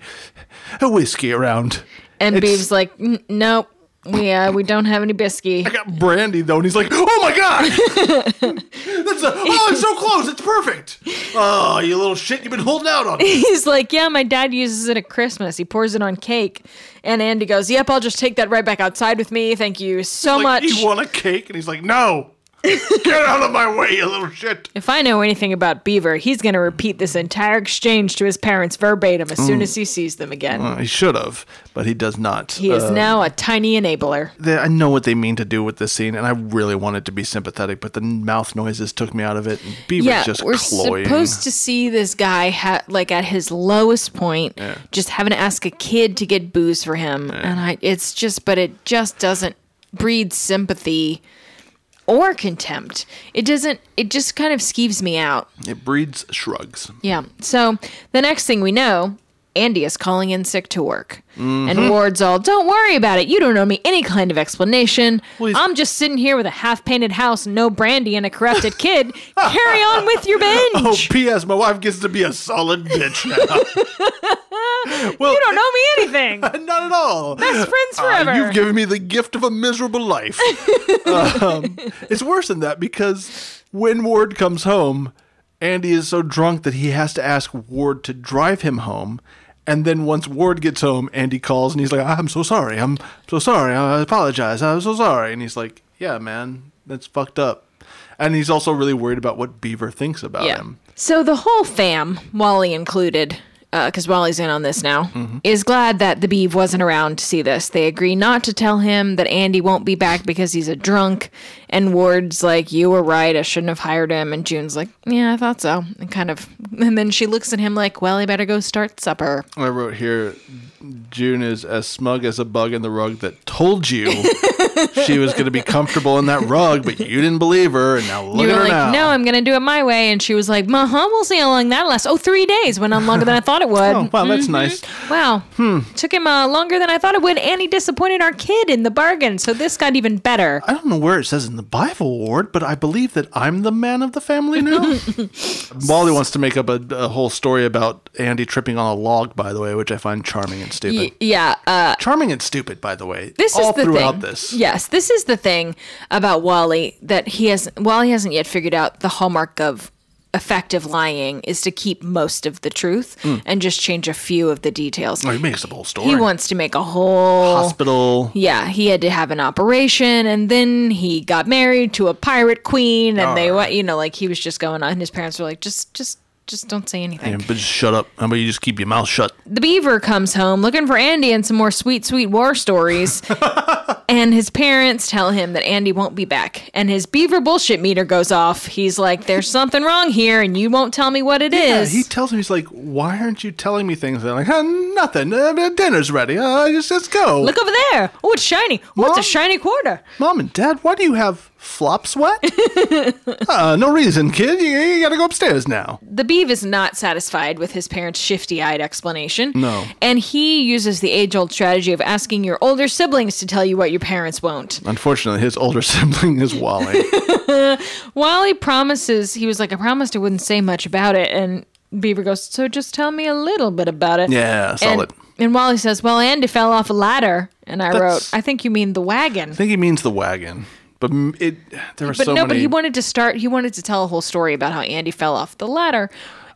whiskey around?
And
It's-
Beeb's like, "N- nope, we uh, we don't have any biscuit.
I got brandy though, and he's like, "Oh my god, that's a, oh, it's so close, it's perfect." Oh, you little shit, you've been holding out on. me.
He's like, yeah, my dad uses it at Christmas. He pours it on cake. And Andy goes, yep, I'll just take that right back outside with me. Thank you so
Like,
much.
You want a cake, and he's like, "No, get out of my way, you little shit."
if I know anything about Beaver, he's going to repeat this entire exchange to his parents verbatim as
Mm.
soon as he sees them again.
Uh, He should have, but he does not.
He is now a tiny enabler.
they, I know what they mean to do with this scene, and I really wanted to be sympathetic, but the mouth noises took me out of it. And Beaver's
Yeah,
just
we're
cloying.
supposed to see this guy ha- like at his lowest point, just having to ask a kid to get booze for him, and I it's just, but it just doesn't breed sympathy or contempt. It doesn't. It just kind of skeeves me out.
it breeds shrugs.
Yeah. So the next thing we know, Andy is calling in sick to work.
Mm-hmm.
And Ward's all, don't worry about it. You don't owe me any kind of explanation.
Well, he's-
I'm just sitting here with a half painted house, no brandy, and a corrupted kid. Carry on with your
Oh,
binge.
P.S. My wife gets to be a solid bitch now. well,
you don't owe me anything.
Not at all.
Best friends
Ah,
forever.
you've given me the gift of a miserable life. um, it's worse than that because when Ward comes home, Andy is so drunk that he has to ask Ward to drive him home. And then once Ward gets home, Andy calls and he's like, "I'm so sorry. I'm so sorry. I apologize. I'm so sorry." And he's like, "Yeah, man, that's fucked up." And he's also really worried about what Beaver thinks about him.
So the whole fam, Wally included, because Wally's in on this now,
Mm-hmm.
is glad that the Beeve wasn't around to see this. They agree not to tell him that Andy won't be back because he's a drunk. And Ward's like, "You were right. I shouldn't have hired him." And June's like, "Yeah, I thought so." And kind of, and then she looks at him like, "Well, I better go start supper."
I wrote here June is as smug as a bug in the rug that told you she was going to be comfortable in that rug, but you didn't believe her. And now look
You
at
were
her
like,
now.
"No, I'm gonna do it my way." And she was like, "Uh huh. We'll see how long that lasts." Oh, three days went on longer than I thought it would.
oh, wow,
Mm-hmm.
that's nice.
Wow.
Hmm.
Took him uh, longer than I thought it would, and he disappointed our kid in the bargain, so this got even better.
I don't know where it says in the Bible, Ward, but I believe that I'm the man of the family now. Wally wants to make up a, a whole story about Andy tripping on a log, by the way, which I find charming and stupid.
yeah. Uh,
charming and stupid, by the way.
this
all
is the
throughout
thing.
this.
Yes, this is the thing about Wally that he has. Wally hasn't yet figured out the hallmark of effective lying is to keep most of the truth and just change a few of the details.
Hmm. Oh, he makes the whole story.
He wants to make a whole
hospital.
yeah, he had to have an operation, and then he got married to a pirate queen, and
Oh.
they went, you know, like he was just going on. His parents were like, just, just, just don't say anything.
Yeah, but just shut up. How about you just keep your mouth shut?
The beaver comes home looking for Andy and some more sweet, sweet war stories, and his parents tell him that Andy won't be back, and his beaver bullshit meter goes off. He's like, there's something wrong here, and you won't tell me what it is.
Yeah, he tells him he's like, "Why aren't you telling me things?" They're like, "Huh, "Nothing. Uh, dinner's ready. Uh, just just go."
Look over there. Oh, it's shiny. Oh, it's
Mom?
a shiny quarter.
Mom and Dad, why do you have flop sweat? uh, no reason, kid. You, you gotta go upstairs now.
The Beeve is not satisfied with his parents' shifty eyed explanation.
No.
And he uses the age old strategy of asking your older siblings to tell you what your parents won't.
Unfortunately, his older sibling is Wally.
Wally promises, he was like, I promised I wouldn't say much about it. And Beaver goes, So just tell me a little bit about it.
yeah, solid.
And, and Wally says, Well, Andy fell off a ladder. And I wrote,
That's-
I think you mean the wagon.
I think he means the wagon, but m- it there are
But
so
no,
many.
but he wanted to start, he wanted to tell a whole story about how Andy fell off the ladder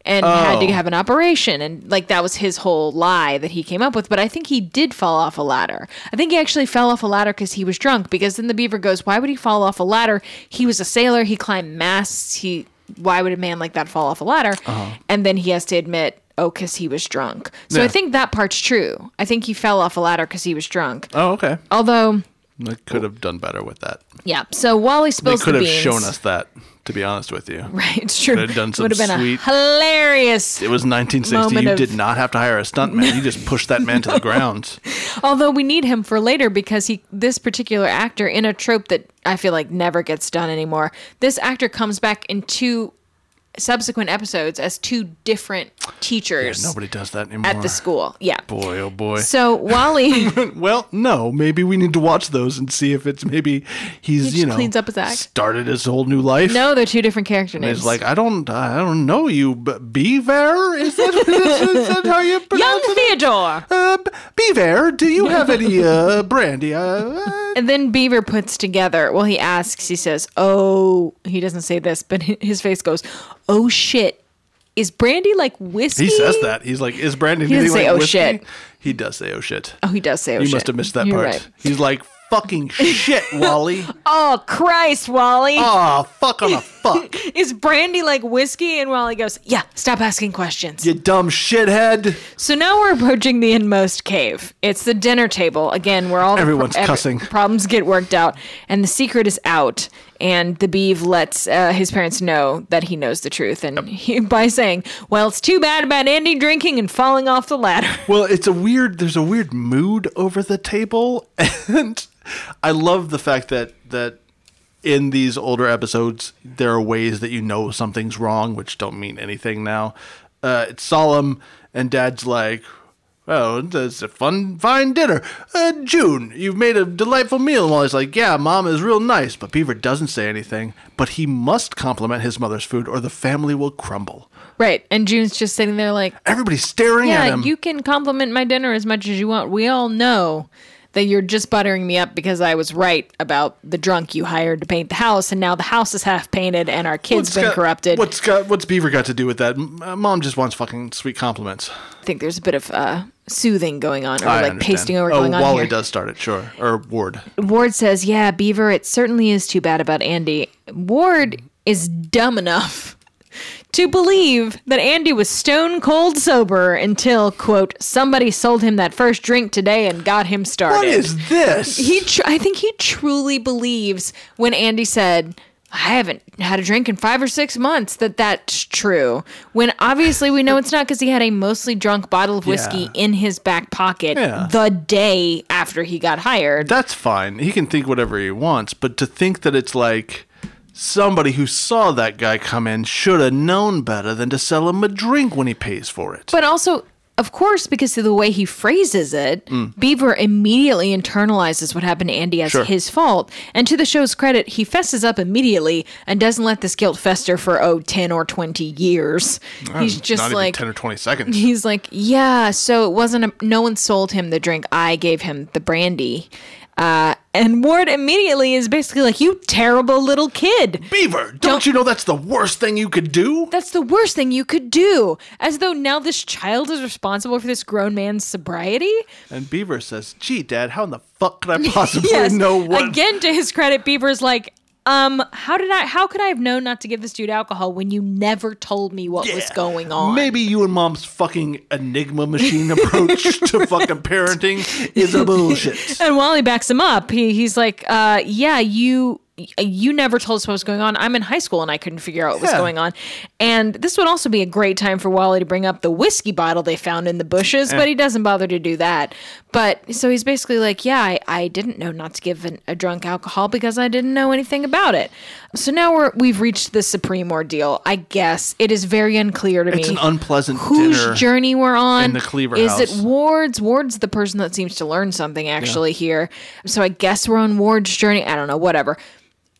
and had to
Oh.
have an operation. And like that was his whole lie that he came up with. But I think he did fall off a ladder. I think he actually fell off a ladder because he was drunk. Because then the beaver goes, Why would he fall off a ladder? He was a sailor. He climbed masts. He, why would a man like that fall off a ladder?
Uh-huh.
And then he has to admit, Oh, because he was drunk. So I
Yeah.
think that part's true. I think he fell off a ladder because he was drunk.
oh, okay.
Although,
I could have done better with that.
yeah. So Wally
They
spills
could
the
have
beans.
shown us that. To be honest with you,
Right, it's true.
Could've done some
Would have been
sweet-
a hilarious.
it was 1960.
Moment
You
of-
did not have to hire a stuntman. You just pushed that man to the ground.
Although we need him for later because he, this particular actor, in a trope that I feel like never gets done anymore, this actor comes back in two subsequent episodes as two different teachers
Nobody does that anymore.
at the school. Yeah.
Boy, oh boy.
So Wally
Well, no. Maybe we need to watch those and see if it's maybe he's
just
you know
cleans up his act.
started his whole new life.
No, they're two different character
And
names.
He's like, I don't, I don't know you, but Beaver. Is that, is, that how you
Young
pronounce it?
Theodore.
Uh, Beaver, do you have any uh, brandy? Uh, uh,
And then Beaver puts together, well, he asks, he says, Oh, he doesn't say this, but his face goes, Oh shit. Is brandy like whiskey?
he says that. He's like, is brandy?
He doesn't
anything
say,
like
"Oh,
whiskey?"
shit.
He does say, oh shit.
Oh, he does say, Oh
you
shit.
must have missed that
You're
part.
right.
He's like, fucking shit, Wally.
Oh, Christ, Wally.
oh, fuck on a fuck,
Is brandy like whiskey? And Wally goes, Yeah, stop asking questions.
you dumb shithead.
So now we're approaching the inmost cave. It's the dinner table. Again, where all the
Everyone's cussing.
Problems get worked out, and the secret is out. And the Beeve lets uh, his parents know that he knows the truth, and he, by saying, "Well, it's too bad about Andy drinking and falling off the ladder."
Well, it's a weird. There's a weird mood over the table, and I love the fact that that in these older episodes there are ways that you know something's wrong, which don't mean anything now. Uh, it's solemn, and Dad's like. Well, it's a fun, fine dinner. Uh, June, you've made a delightful meal. And Wally's like, yeah, Mom is real nice. But Beaver doesn't say anything. But he must compliment his mother's food or the family will crumble.
right, and June's just sitting there like,
Everybody's staring at
"Yeah,
him.
you can compliment my dinner as much as you want. We all know." That you're just buttering me up because I was right about the drunk you hired to paint the house, and now the house is half painted and our kid's
What's
been
got-
corrupted.
What's got what's Beaver got to do with that? M- uh, Mom just wants fucking sweet compliments.
think there's a bit of uh, soothing going on, or
I
like
understand.
pasting over
oh,
going on
Wally
here.
does start it, sure. Or Ward.
Ward says, "Yeah, Beaver, it certainly is too bad about Andy." Ward is dumb enough to believe that Andy was stone cold sober until quote somebody sold him that first drink today and got him started.
What is this?
he? Tr- I think he truly believes when Andy said. I haven't had a drink in five or six months. That that's true. When obviously we know it's not because he had a mostly drunk bottle of whiskey
Yeah.
in his back pocket
Yeah.
the day after he got hired.
That's fine. He can think whatever he wants, but to think that it's like somebody who saw that guy come in should have known better than to sell him a drink when he pays for it.
But also, of course, because of the way he phrases it, Beaver immediately internalizes what happened to Andy as
Mm. Sure.
his fault. And to the show's credit, he fesses up immediately and doesn't let this guilt fester for, oh, 10 or 20 years. He's just
Oh, Not
like,
even ten or twenty seconds.
he's like, yeah, so it wasn't, a, no one sold him the drink. I gave him the brandy. Uh, And Ward immediately is basically like, You terrible little kid.
Beaver, don't, you know that's the worst thing you could do?
That's the worst thing you could do. As though now this child is responsible for this grown man's sobriety.
And Beaver says, "Gee, Dad, how in the fuck could I possibly know what?"
Again, to his credit, Beaver's like, um, how did I? How could I have known not to give this dude alcohol when you never told me what was
Yeah.
going on?
Maybe you and Mom's fucking enigma machine approach to fucking parenting is a bullshit.
And Wally backs him up. He, he's like, uh, yeah, you you never told us what was going on. I'm in high school and I couldn't figure out what was
Yeah.
going on. And this would also be a great time for Wally to bring up the whiskey bottle they found in the bushes, but he doesn't bother to do that. But so he's basically like, yeah, I, I didn't know not to give an, a drunk alcohol because I didn't know anything about it. So now we're we've reached the supreme ordeal. I guess it is very unclear to
It's
me
an unpleasant
whose
dinner.
journey we're on.
in the Cleaver
is
house.
it Ward's? Ward's the person that seems to learn something actually here. So I guess we're on Ward's journey. I don't know, whatever.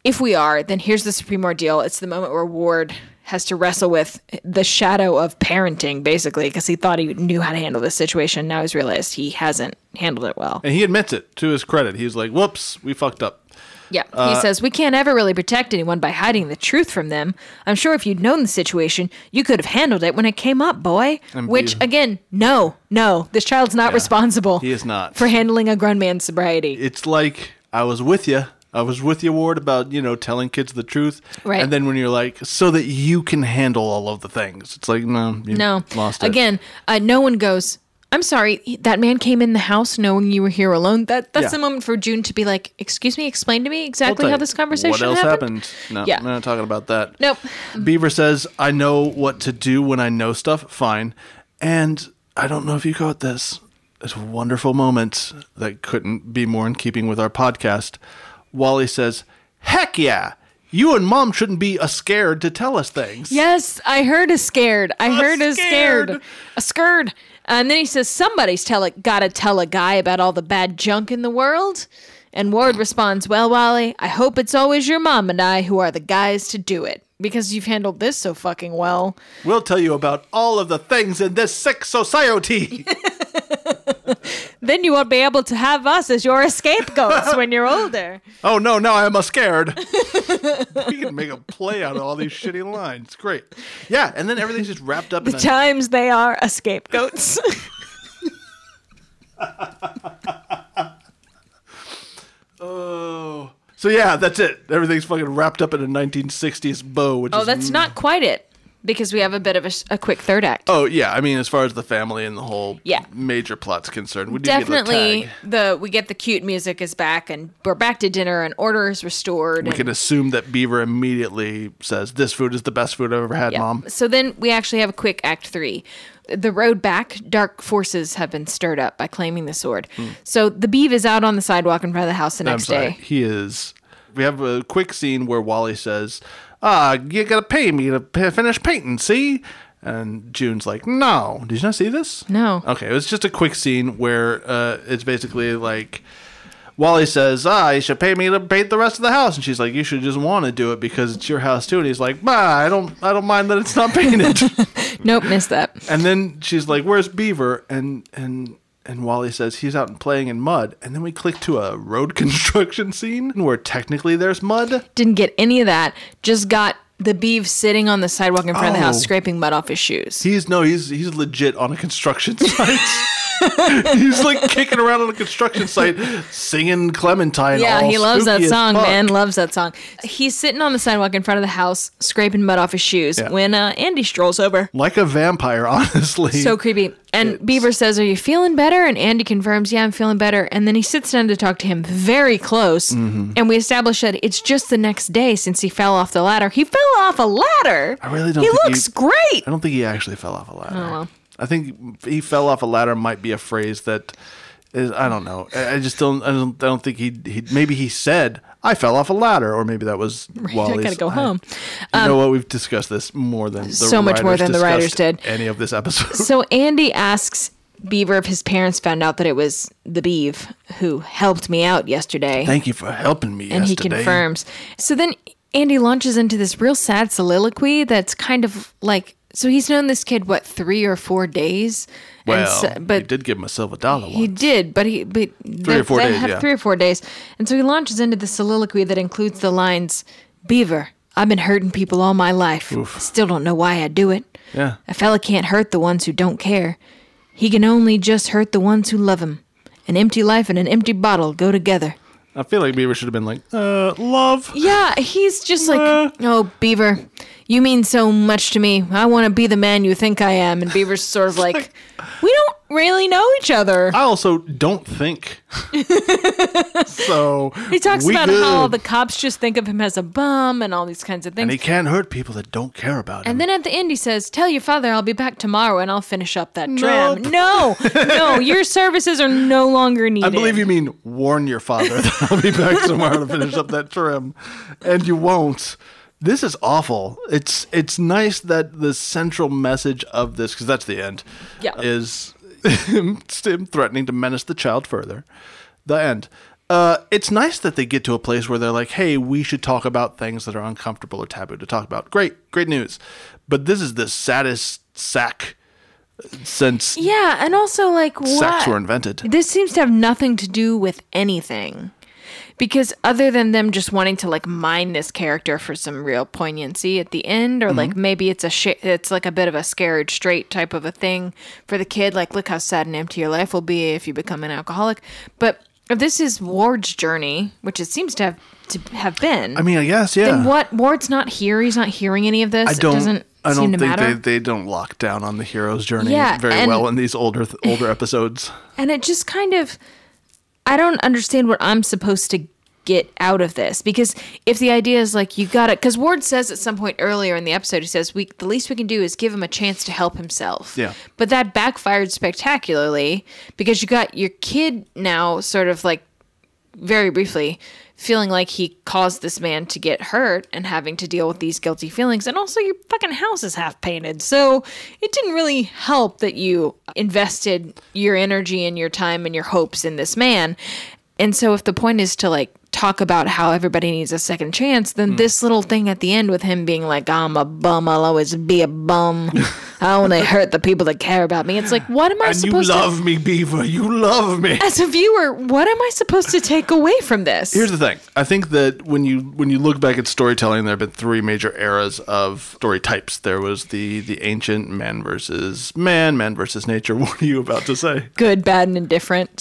If we are, then here's the supreme ordeal. It's the moment where Ward has to wrestle with the shadow of parenting, basically, because he thought he knew how to handle this situation. Now he's realized he hasn't handled it well.
and he admits it to his credit. He's like, "Whoops, we fucked up."
Yeah.
Uh,
he says, We can't ever really protect anyone by hiding the truth from them. I'm sure if you'd known the situation, you could have handled it when it came up, boy. Which,
you-
again, no, no. This child's not responsible.
he is not.
For handling a grown man's sobriety.
It's like I was with you. I was with you, Ward, about you know telling kids the truth.
Right.
And then when you're like, so that you can handle all of the things, it's like, no, you
no.
lost it.
Again, uh, no one goes, I'm sorry, he- that man came in the house knowing you were here alone. That That's
Yeah.
the moment for June to be like, Excuse me, explain to me
I'll
exactly
tell
how
you.
this conversation
What else
happened.
happened? No,
Yeah.
we're not talking about that.
Nope.
Beaver says, I know what to do when I know stuff. Fine. And I don't know if you caught this. It's a wonderful moment that couldn't be more in keeping with our podcast. Wally says, Heck yeah. You and mom shouldn't be a scared to tell us things.
Yes, I heard a scared. I heard a
scared.
scared. A scared. And then he says, Somebody's tell a, gotta tell a guy about all the bad junk in the world. And Ward responds, Well, Wally, I hope it's always your mom and I who are the guys to do it. Because you've handled this so fucking well.
We'll tell you about all of the things in this sick society.
Then you won't be able to have us as your scapegoats when you're older.
oh no, now I'm a scared. we can make a play out of all these shitty lines. Great. Yeah, and then everything's just wrapped up in a
Times they are a scapegoats.
Oh. So yeah, that's it. Everything's fucking wrapped up in a 1960s bow, which
oh,
is
that's not quite it. Because we have a bit of a, s- a quick third act.
Oh yeah, I mean as far as the family and the whole
Yeah.
major plot's concerned, we do get
definitely
the tag.
the we get the cute music is back and we're back to dinner and order is restored
We
and-
can assume that Beaver immediately says, "This food is the best food I've ever had,
Yeah.
Mom."
So then we actually have a quick act three. The road back, dark forces have been stirred up by claiming the sword. So the beeve is out on the sidewalk in front of the house the
Hmm. I'm
next
sorry.
day.
He is. We have a quick scene where Wally says, "Ah, you gotta pay me to p- finish painting, see?" And June's like, "No, did you not see this?"
No.
Okay, it was just a quick scene where uh, it's basically like Wally says, "Ah, you should pay me to paint the rest of the house," and she's like, "You should just want to do it because it's your house too." And he's like, "Bah, I don't, I don't mind that it's not painted."
Nope, missed that.
And then she's like, "Where's Beaver?" and and and Wally says he's out and playing in mud. And then we click to a road construction scene where technically there's mud.
Didn't get any of that. Just got the beeve sitting on the sidewalk in front of the
Oh.
house, scraping mud off his shoes.
He's no, he's he's legit on a construction site. he's like kicking around on a construction site, singing Clementine.
Yeah,
all
he loves that
spooky as
song,
fuck.
man. Loves that song. He's sitting on the sidewalk in front of the house, scraping mud off his shoes
Yeah.
when uh, Andy strolls over.
Like a vampire, honestly.
So creepy. And Beaver says, Are you feeling better? And Andy confirms, Yeah, I'm feeling better. And then he sits down to talk to him very close.
Mm-hmm.
And we establish that it's just the next day since he fell off the ladder. He fell off a ladder.
I really don't
He
think you-
looks great.
I don't think he actually fell off a ladder.
Oh,
I think he fell off a ladder might be a phrase that is I don't know. I I just don't I don't, I don't think he, he maybe he said I fell off a ladder or maybe that was Wally's.
gotta go home. Um,
You know what? We've discussed this more than the
so much more than the writers
discussed
did.
Any of this episode?
So Andy asks Beaver if his parents found out that it was the Beeve who helped me out yesterday.
Thank you for helping me.
and he
yesterday.
confirms. So then Andy launches into this real sad soliloquy that's kind of like So he's known this kid what three or four days. And
Well,
so- but
he did give himself a dollar
He
one.
did, but he but three
or four days, yeah.
three or four days, and so he launches into the soliloquy that includes the lines, "Beaver, I've been hurting people all my life. I still don't know why I do it.
Yeah.
A fella can't hurt the ones who don't care. He can only just hurt the ones who love him. An empty life and an empty bottle go together."
I feel like Beaver should have been like, uh, love.
Yeah, he's just like,
Nah.
"Oh, Beaver." You mean so much to me. I want to be the man you think I am. And Beaver's sort of like, we don't really know each other.
I also don't think. so
He talks
we
about
good.
how all the cops just think of him as a bum and all these kinds of
and
things.
he
And,
can't hurt people that don't care about him.
then at the end, he says, "Tell your father I'll be back tomorrow and I'll finish up that tram."
Nope.
No, no, your services are no longer needed.
I believe you mean warn your father that I'll be back tomorrow to finish up that trim, and you won't. This is awful. It's it's nice that the central message of this, because that's the end,
Yeah.
is him, him threatening to menace the child further. The end. Uh, it's nice that they get to a place where they're like, "Hey, we should talk about things that are uncomfortable or taboo to talk about." Great, great news. But this is the saddest sack since
Yeah, and also like what?
sacks were invented.
This seems to have nothing to do with anything. Because other than them just wanting to like mine this character for some real poignancy at the end, or
Mm-hmm.
like maybe it's a sh- it's like a bit of a scared straight type of a thing for the kid, like look how sad and empty your life will be if you become an alcoholic. But if this is Ward's journey, which it seems to have to have been,
I mean, I guess yeah.
then what Ward's not here, he's not hearing any of this.
I don't.
it doesn't
I
seem
don't
to
think
matter.
they they don't lock down on the hero's journey
Yeah,
very
and-
well in these older th- older episodes.
And it just kind of, I don't understand what I'm supposed to get out of this because if the idea is like you got it, because Ward says at some point earlier in the episode, he says we the least we can do is give him a chance to help himself.
Yeah.
But that backfired spectacularly because you got your kid now sort of like very briefly feeling like he caused this man to get hurt and having to deal with these guilty feelings and also your fucking house is half painted so it didn't really help that you invested your energy and your time and your hopes in this man and so if the point is to like talk about how everybody needs a second chance then
Hmm.
this little thing at the end with him being like i'm a bum i'll always be a bum i only hurt the people that care about me it's like what am i
And you
supposed to
love me, Beaver. You love me.
as a viewer, what am I supposed to take away from this?
Here's the thing. I think that when you when you look back at storytelling, there have been three major eras of story types. There was the the ancient man versus man, man versus nature. What are you about to say?
good, bad, and indifferent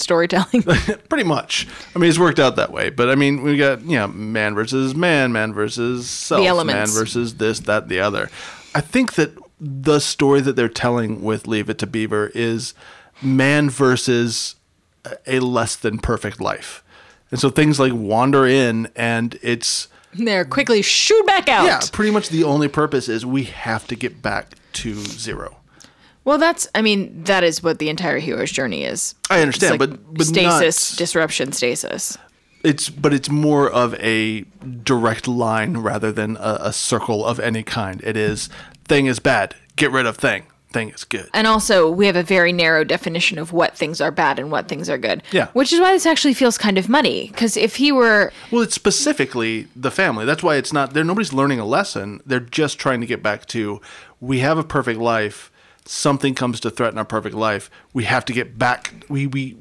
storytelling.
Pretty much. I mean, it's worked out that way. But I mean, we got you know man versus man, man versus self, man
elements.
versus this, that, the other. I think that the story that they're telling with Leave It to Beaver is man versus a less than perfect life, and so things like wander in, and it's
there, quickly shoot back out.
yeah, pretty much the only purpose is we have to get back to zero.
Well, that's, I mean, that is what the entire hero's journey is.
I understand,
It's like
but but
stasis,
not,
disruption, stasis.
It's but it's more of a direct line rather than a, a circle of any kind. It is thing is bad, get rid of thing. Thing is good.
And also, we have a very narrow definition of what things are bad and what things are good.
Yeah.
Which is why this actually feels kind of muddy. Because if he were,
Well, it's specifically the family. That's why it's not there. Nobody's learning a lesson. They're just trying to get back to we have a perfect life. Something comes to threaten our perfect life. We have to get back. We we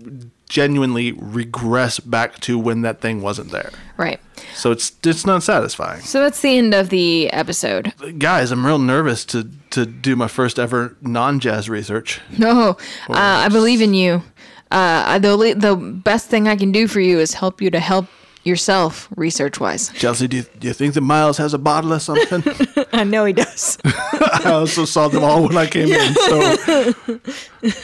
genuinely regress back to when that thing wasn't there.
right.
So it's it's not satisfying.
So that's the end of the episode.
Guys, I'm real nervous to to do my first ever non-jazz research.
No, uh, I believe in you. Uh, I- the only- the best thing I can do for you is help you to help yourself research wise.
Chelsea, do you, do you think that Miles has a bottle or something?
I know he does.
I also saw them all when I came in. So,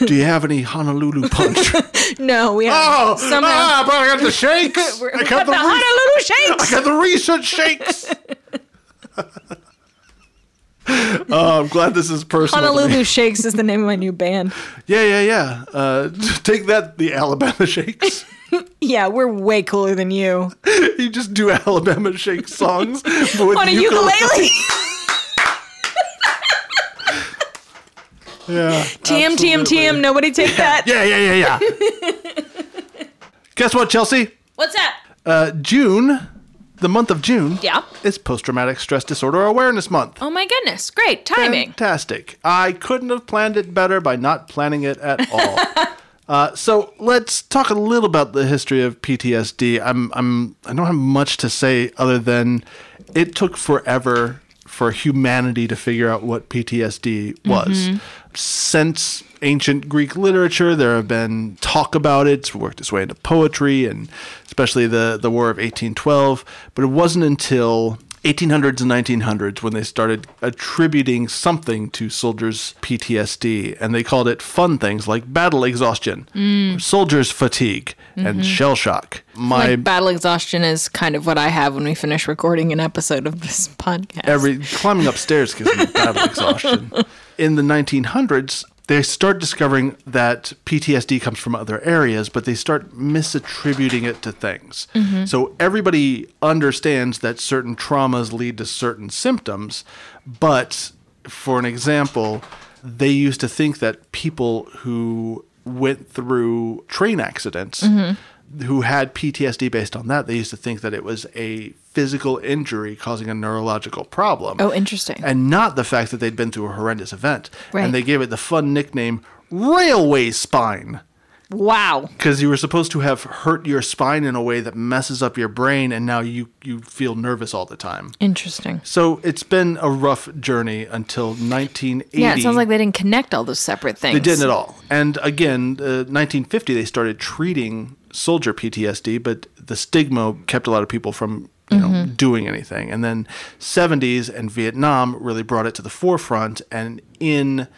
do you have any Honolulu punch?
no, we
Oh,
have somehow.
ah, but I got the shakes.
We're-
I
we
got the, re-
Honolulu
I
shakes.
got the research shakes. oh, I'm glad this is personal. to me.
Honolulu shakes is the name of my new band.
Yeah, yeah, yeah. Uh, take that, the Alabama shakes.
Yeah, we're way cooler than you
you just do Alabama shake songs but with
on a
ukulele.
ukulele.
Yeah.
TM TM TM. Nobody take that.
Yeah, yeah, yeah, yeah. Guess what, Chelsea?
What's that?
Uh, June the month of June
Yeah.
is Post Traumatic Stress Disorder Awareness Month.
Oh my goodness. Great timing.
Fantastic. I couldn't have planned it better by not planning it at all. uh, so let's talk a little about the history of PTSD. I'm I'm I don't have much to say other than it took forever for humanity to figure out what PTSD was. Since ancient Greek literature, there have been talk about it. It's worked its way into poetry and especially the, the War of 1812. But it wasn't until 1800s and 1900s when they started attributing something to soldiers' PTSD, and they called it fun things like battle exhaustion, soldiers' fatigue, and shell shock. My
like battle exhaustion is kind of what I have when we finish recording an episode of this podcast.
every climbing upstairs gives me battle exhaustion. In the 1900s, they start discovering that PTSD comes from other areas, but they start misattributing it to things. So everybody understands that certain traumas lead to certain symptoms, but for an example, they used to think that people who went through train accidents who had PTSD based on that, they used to think that it was a physical injury causing a neurological problem.
Oh, interesting.
And not the fact that they'd been through a horrendous event.
Right.
And they gave it the fun nickname railway spine
wow.
because you were supposed to have hurt your spine in a way that messes up your brain and now you you feel nervous all the time.
Interesting.
So it's been a rough journey until 1980.
Yeah, it sounds like they didn't connect all those separate things.
They didn't at all. And again, uh, 1950, they started treating soldier PTSD, but the stigma kept a lot of people from you know, doing anything. And then 70s and Vietnam really brought it to the forefront. And in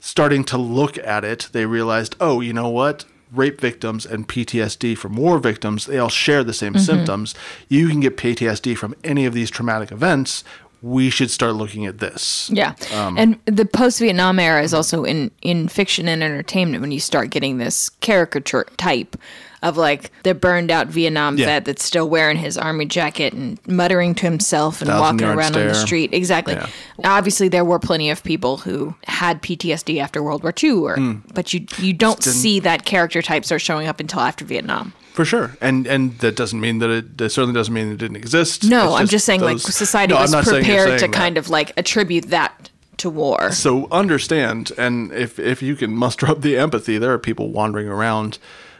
starting to look at it, they realized, oh, you know what? Rape victims and PTSD from war victims, they all share the same symptoms. You can get PTSD from any of these traumatic events. We should start looking at this.
Yeah,
Um,
and the post-Vietnam era is also in in fiction and entertainment when you start getting this caricature type of like the burned out Vietnam
Yeah.
vet that's still wearing his army jacket and muttering to himself and
Thousand
walking
yard
around on the
stare.
street. Exactly.
Yeah.
Obviously, there were plenty of people who had PTSD after World War II, or
Hmm.
but you you don't see that character type start showing up until after Vietnam.
For sure, and and that doesn't mean that it that certainly doesn't mean it didn't exist.
No,
It's
I'm just saying like
those-
society
No, I'm
was
not saying you're
prepared to
saying that.
kind of like attribute that to war.
So understand, and if if you can muster up the empathy, there are people wandering around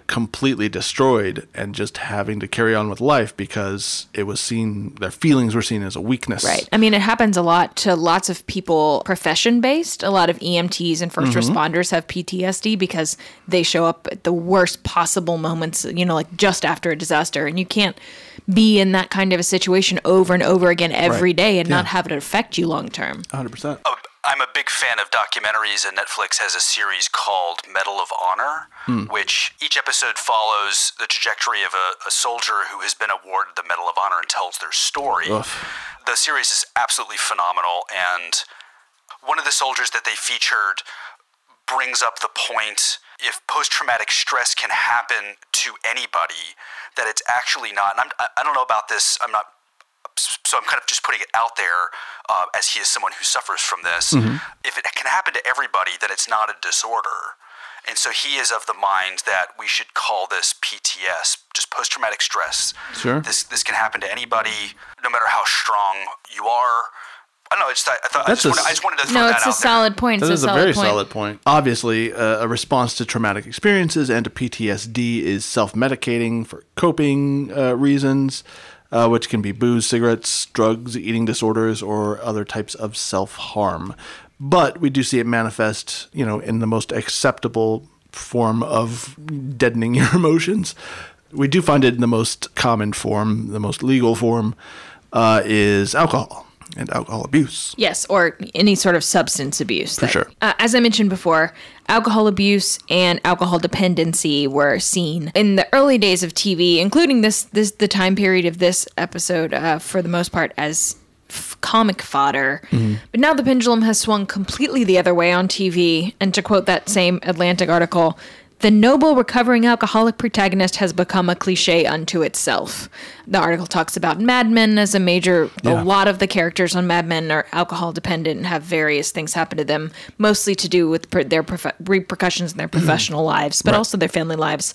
completely destroyed and just having to carry on with life because it was seen their feelings were seen as a weakness.
Right. I mean, it happens a lot to lots of people profession based. A lot of EMTs and 1st
Mm-hmm.
responders have PTSD because they show up at the worst possible moments, you know, like just after a disaster. And you can't be in that kind of a situation over and over again every
Right.
day and not
Yeah.
have it affect you long term.
100%.
I'm a big fan of documentaries, and Netflix has a series called Medal of Honor,
Hmm.
which each episode follows the trajectory of a, a soldier who has been awarded the Medal of Honor and tells their story. The series is absolutely phenomenal, and one of the soldiers that they featured brings up the point if post traumatic stress can happen to anybody, that it's actually not. And I'm, I- I don't know about this, I'm not so I'm kind of just putting it out there uh, as he is someone who suffers from this.
Mm-hmm.
If it can happen to everybody, that it's not a disorder. And so he is of the mind that we should call this PTS, just post traumatic stress.
Sure.
This this can happen to anybody, no matter how strong you are. I don't know. I just, I, thought, I
That's
just,
a
wanted, I
s-
just wanted to throw
No,
that
it's
out
a solid point.
That
it's
is
a
a
solid
very
point.
solid point. Obviously, uh, a response to traumatic experiences and to PTSD is self-medicating for coping uh, reasons, uh, which can be booze, cigarettes, drugs, eating disorders, or other types of self-harm. But we do see it manifest, you know, in the most acceptable form of deadening your emotions. We do find it in the most common form, the most legal form, uh, is alcohol and alcohol abuse.
Yes, or any sort of substance abuse. For
sure.
Uh, as I mentioned before, alcohol abuse and alcohol dependency were seen in the early days of TV, including this this the time period of this episode, uh, for the most part, as f- comic fodder. But now the pendulum has swung completely the other way on TV, and to quote that same Atlantic article. The noble recovering alcoholic protagonist has become a cliche unto itself. The article talks about Mad Men as a major,
Yeah.
a lot of the characters on Mad Men are alcohol dependent and have various things happen to them, mostly to do with per- their prof- repercussions in their professional lives, but also their family lives.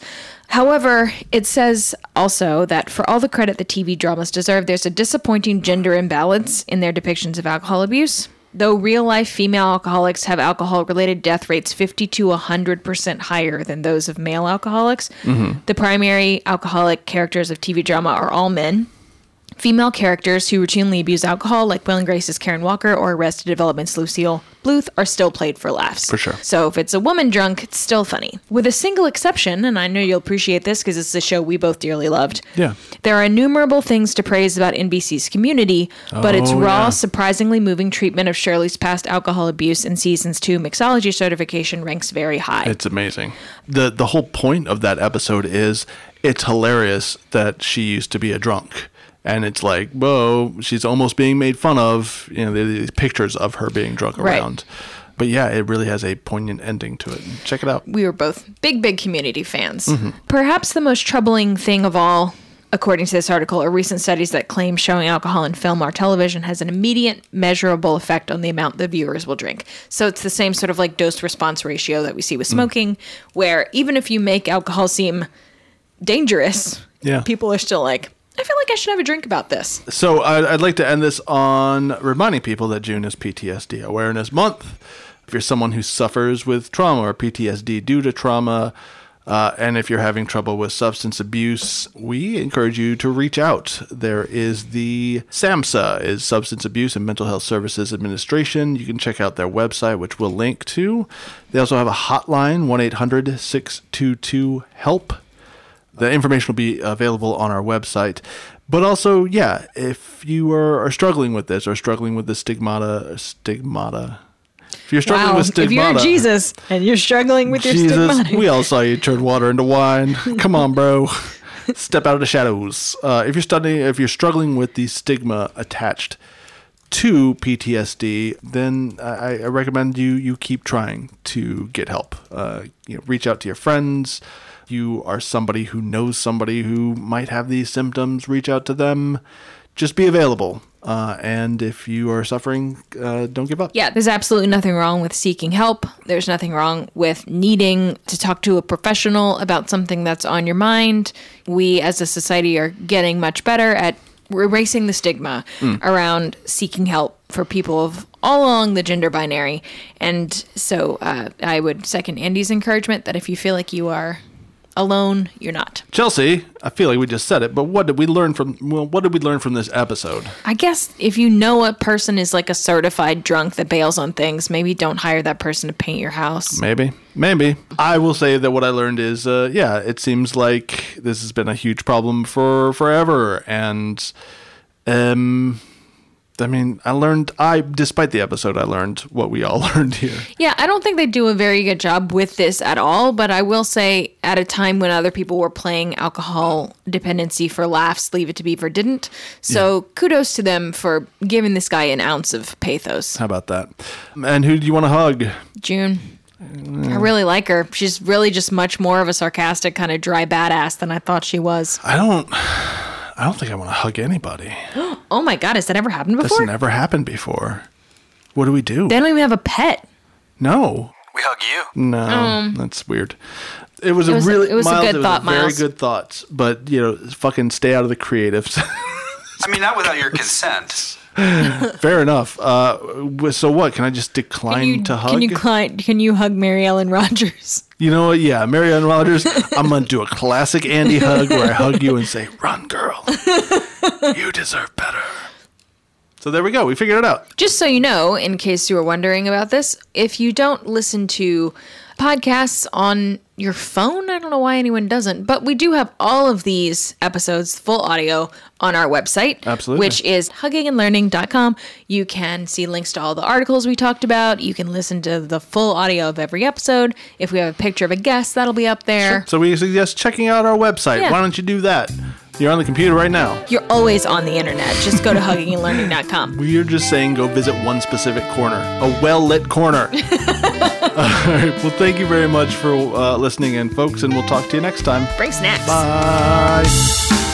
However, it says also that for all the credit the TV dramas deserve, there's a disappointing gender imbalance in their depictions of alcohol abuse. Though real life female alcoholics have alcohol related death rates 50 to 100% higher than those of male alcoholics,
Mm-hmm.
the primary alcoholic characters of TV drama are all men. Female characters who routinely abuse alcohol, like Will and Grace's Karen Walker or Arrested Development's Lucille Bluth, are still played for laughs.
For sure.
So if it's a woman drunk, it's still funny. With a single exception, and I know you'll appreciate this because it's a show we both dearly loved.
Yeah.
There are innumerable things to praise about NBC's community, but its
Oh,
raw,
yeah.
surprisingly moving treatment of Shirley's past alcohol abuse in seasons two mixology certification ranks very high.
It's amazing. the The whole point of that episode is it's hilarious that she used to be a drunk, and it's like, whoa, she's almost being made fun of. You know, there are these pictures of her being drunk
Right.
around. But yeah, it really has a poignant ending to it. Check it out.
we were both big, big community fans.
Mm-hmm.
Perhaps the most troubling thing of all, according to this article, are recent studies that claim showing alcohol in film or television has an immediate, measurable effect on the amount the viewers will drink. So it's the same sort of like dose response ratio that we see with
Mm.
smoking, where even if you make alcohol seem dangerous,
Yeah.
people are still like, I feel like I should have a drink about this.
So I'd, I'd like to end this on reminding people that June is PTSD Awareness Month. If you're someone who suffers with trauma or PTSD due to trauma, uh, and if you're having trouble with substance abuse, we encourage you to reach out. There is the SAMHSA, is Substance Abuse and Mental Health Services Administration. You can check out their website, which we'll link to. They also have a hotline, 1 800 622 HELP. The information will be available on our website. But also, yeah, if you are, are struggling with this or struggling with the stigmata, stigmata. If you're struggling with
if
stigmata,
you're Jesus and you're struggling with your
Jesus,
stigmata,
we all saw you turn water into wine. Come on, bro. Step out of the shadows. Uh, if you're studying, if you're struggling with the stigma attached to PTSD, then I, I recommend you you keep trying to get help. Uh, you know, reach out to your friends. You are somebody who knows somebody who might have these symptoms. Reach out to them. Just be available. Uh, and if you are suffering, uh, don't give up.
Yeah, there's absolutely nothing wrong with seeking help. There's nothing wrong with needing to talk to a professional about something that's on your mind. We as a society are getting much better at erasing the stigma around seeking help for people of all along the gender binary. And so uh, I would second Andy's encouragement that if you feel like you are alone, you're not.
Chelsea, I feel like we just said it, but what did we learn from well, what did we learn from this episode?
I guess if you know a person is like a certified drunk that bails on things, maybe don't hire that person to paint your house.
Maybe. Maybe. I will say that what I learned is uh, yeah, it seems like this has been a huge problem for forever and um I mean, I learned I despite the episode I learned what we all learned here.
Yeah, I don't think they do a very good job with this at all, but I will say at a time when other people were playing alcohol dependency for laughs, Leave It to Beaver didn't. So kudos to them for giving this guy an ounce of pathos.
How about that? And who do you want to hug?
June. I really like her. She's really just much more of a sarcastic, kind of dry badass than I thought she was.
I don't I don't think I want to hug anybody.
Oh my God, has that ever happened
That's
before?
never happened before. What do we do?
they don't even have a pet.
no.
We hug you.
No, that's weird. It was,
was
a
a-
really
Um, it was a
Miles,
good thought,
very
Miles.
good thoughts, but you know, fucking stay out of the creatives.
I mean, not without your consent.
Fair enough. Uh, w- so what? Can I just decline
You-
to hug?
Can you, cli- can you hug Mary Ellen Rogers?
You know what? Yeah, Marianne Rogers. I'm gonna do a classic Andy hug where I hug you and say, "Run, girl. you deserve better." So there we go. We figured it out.
Just so you know, in case you were wondering about this, if you don't listen to podcasts on your phone, I don't know why anyone doesn't, but we do have all of these episodes, full audio, on our website.
Absolutely.
Which is huggingandlearning.com. You can see links to all the articles we talked about. You can listen to the full audio of every episode. If we have a picture of a guest, that'll be up there.
So we suggest checking out our website.
Yeah.
Why don't you do that? You're on the computer right now.
You're always on the internet. Just go to huggingandlearning.com.
We are just saying go visit one specific corner, a well lit corner. Well, thank you very much for uh, listening in, folks, and we'll talk to you next time.
Bring snacks.
Bye.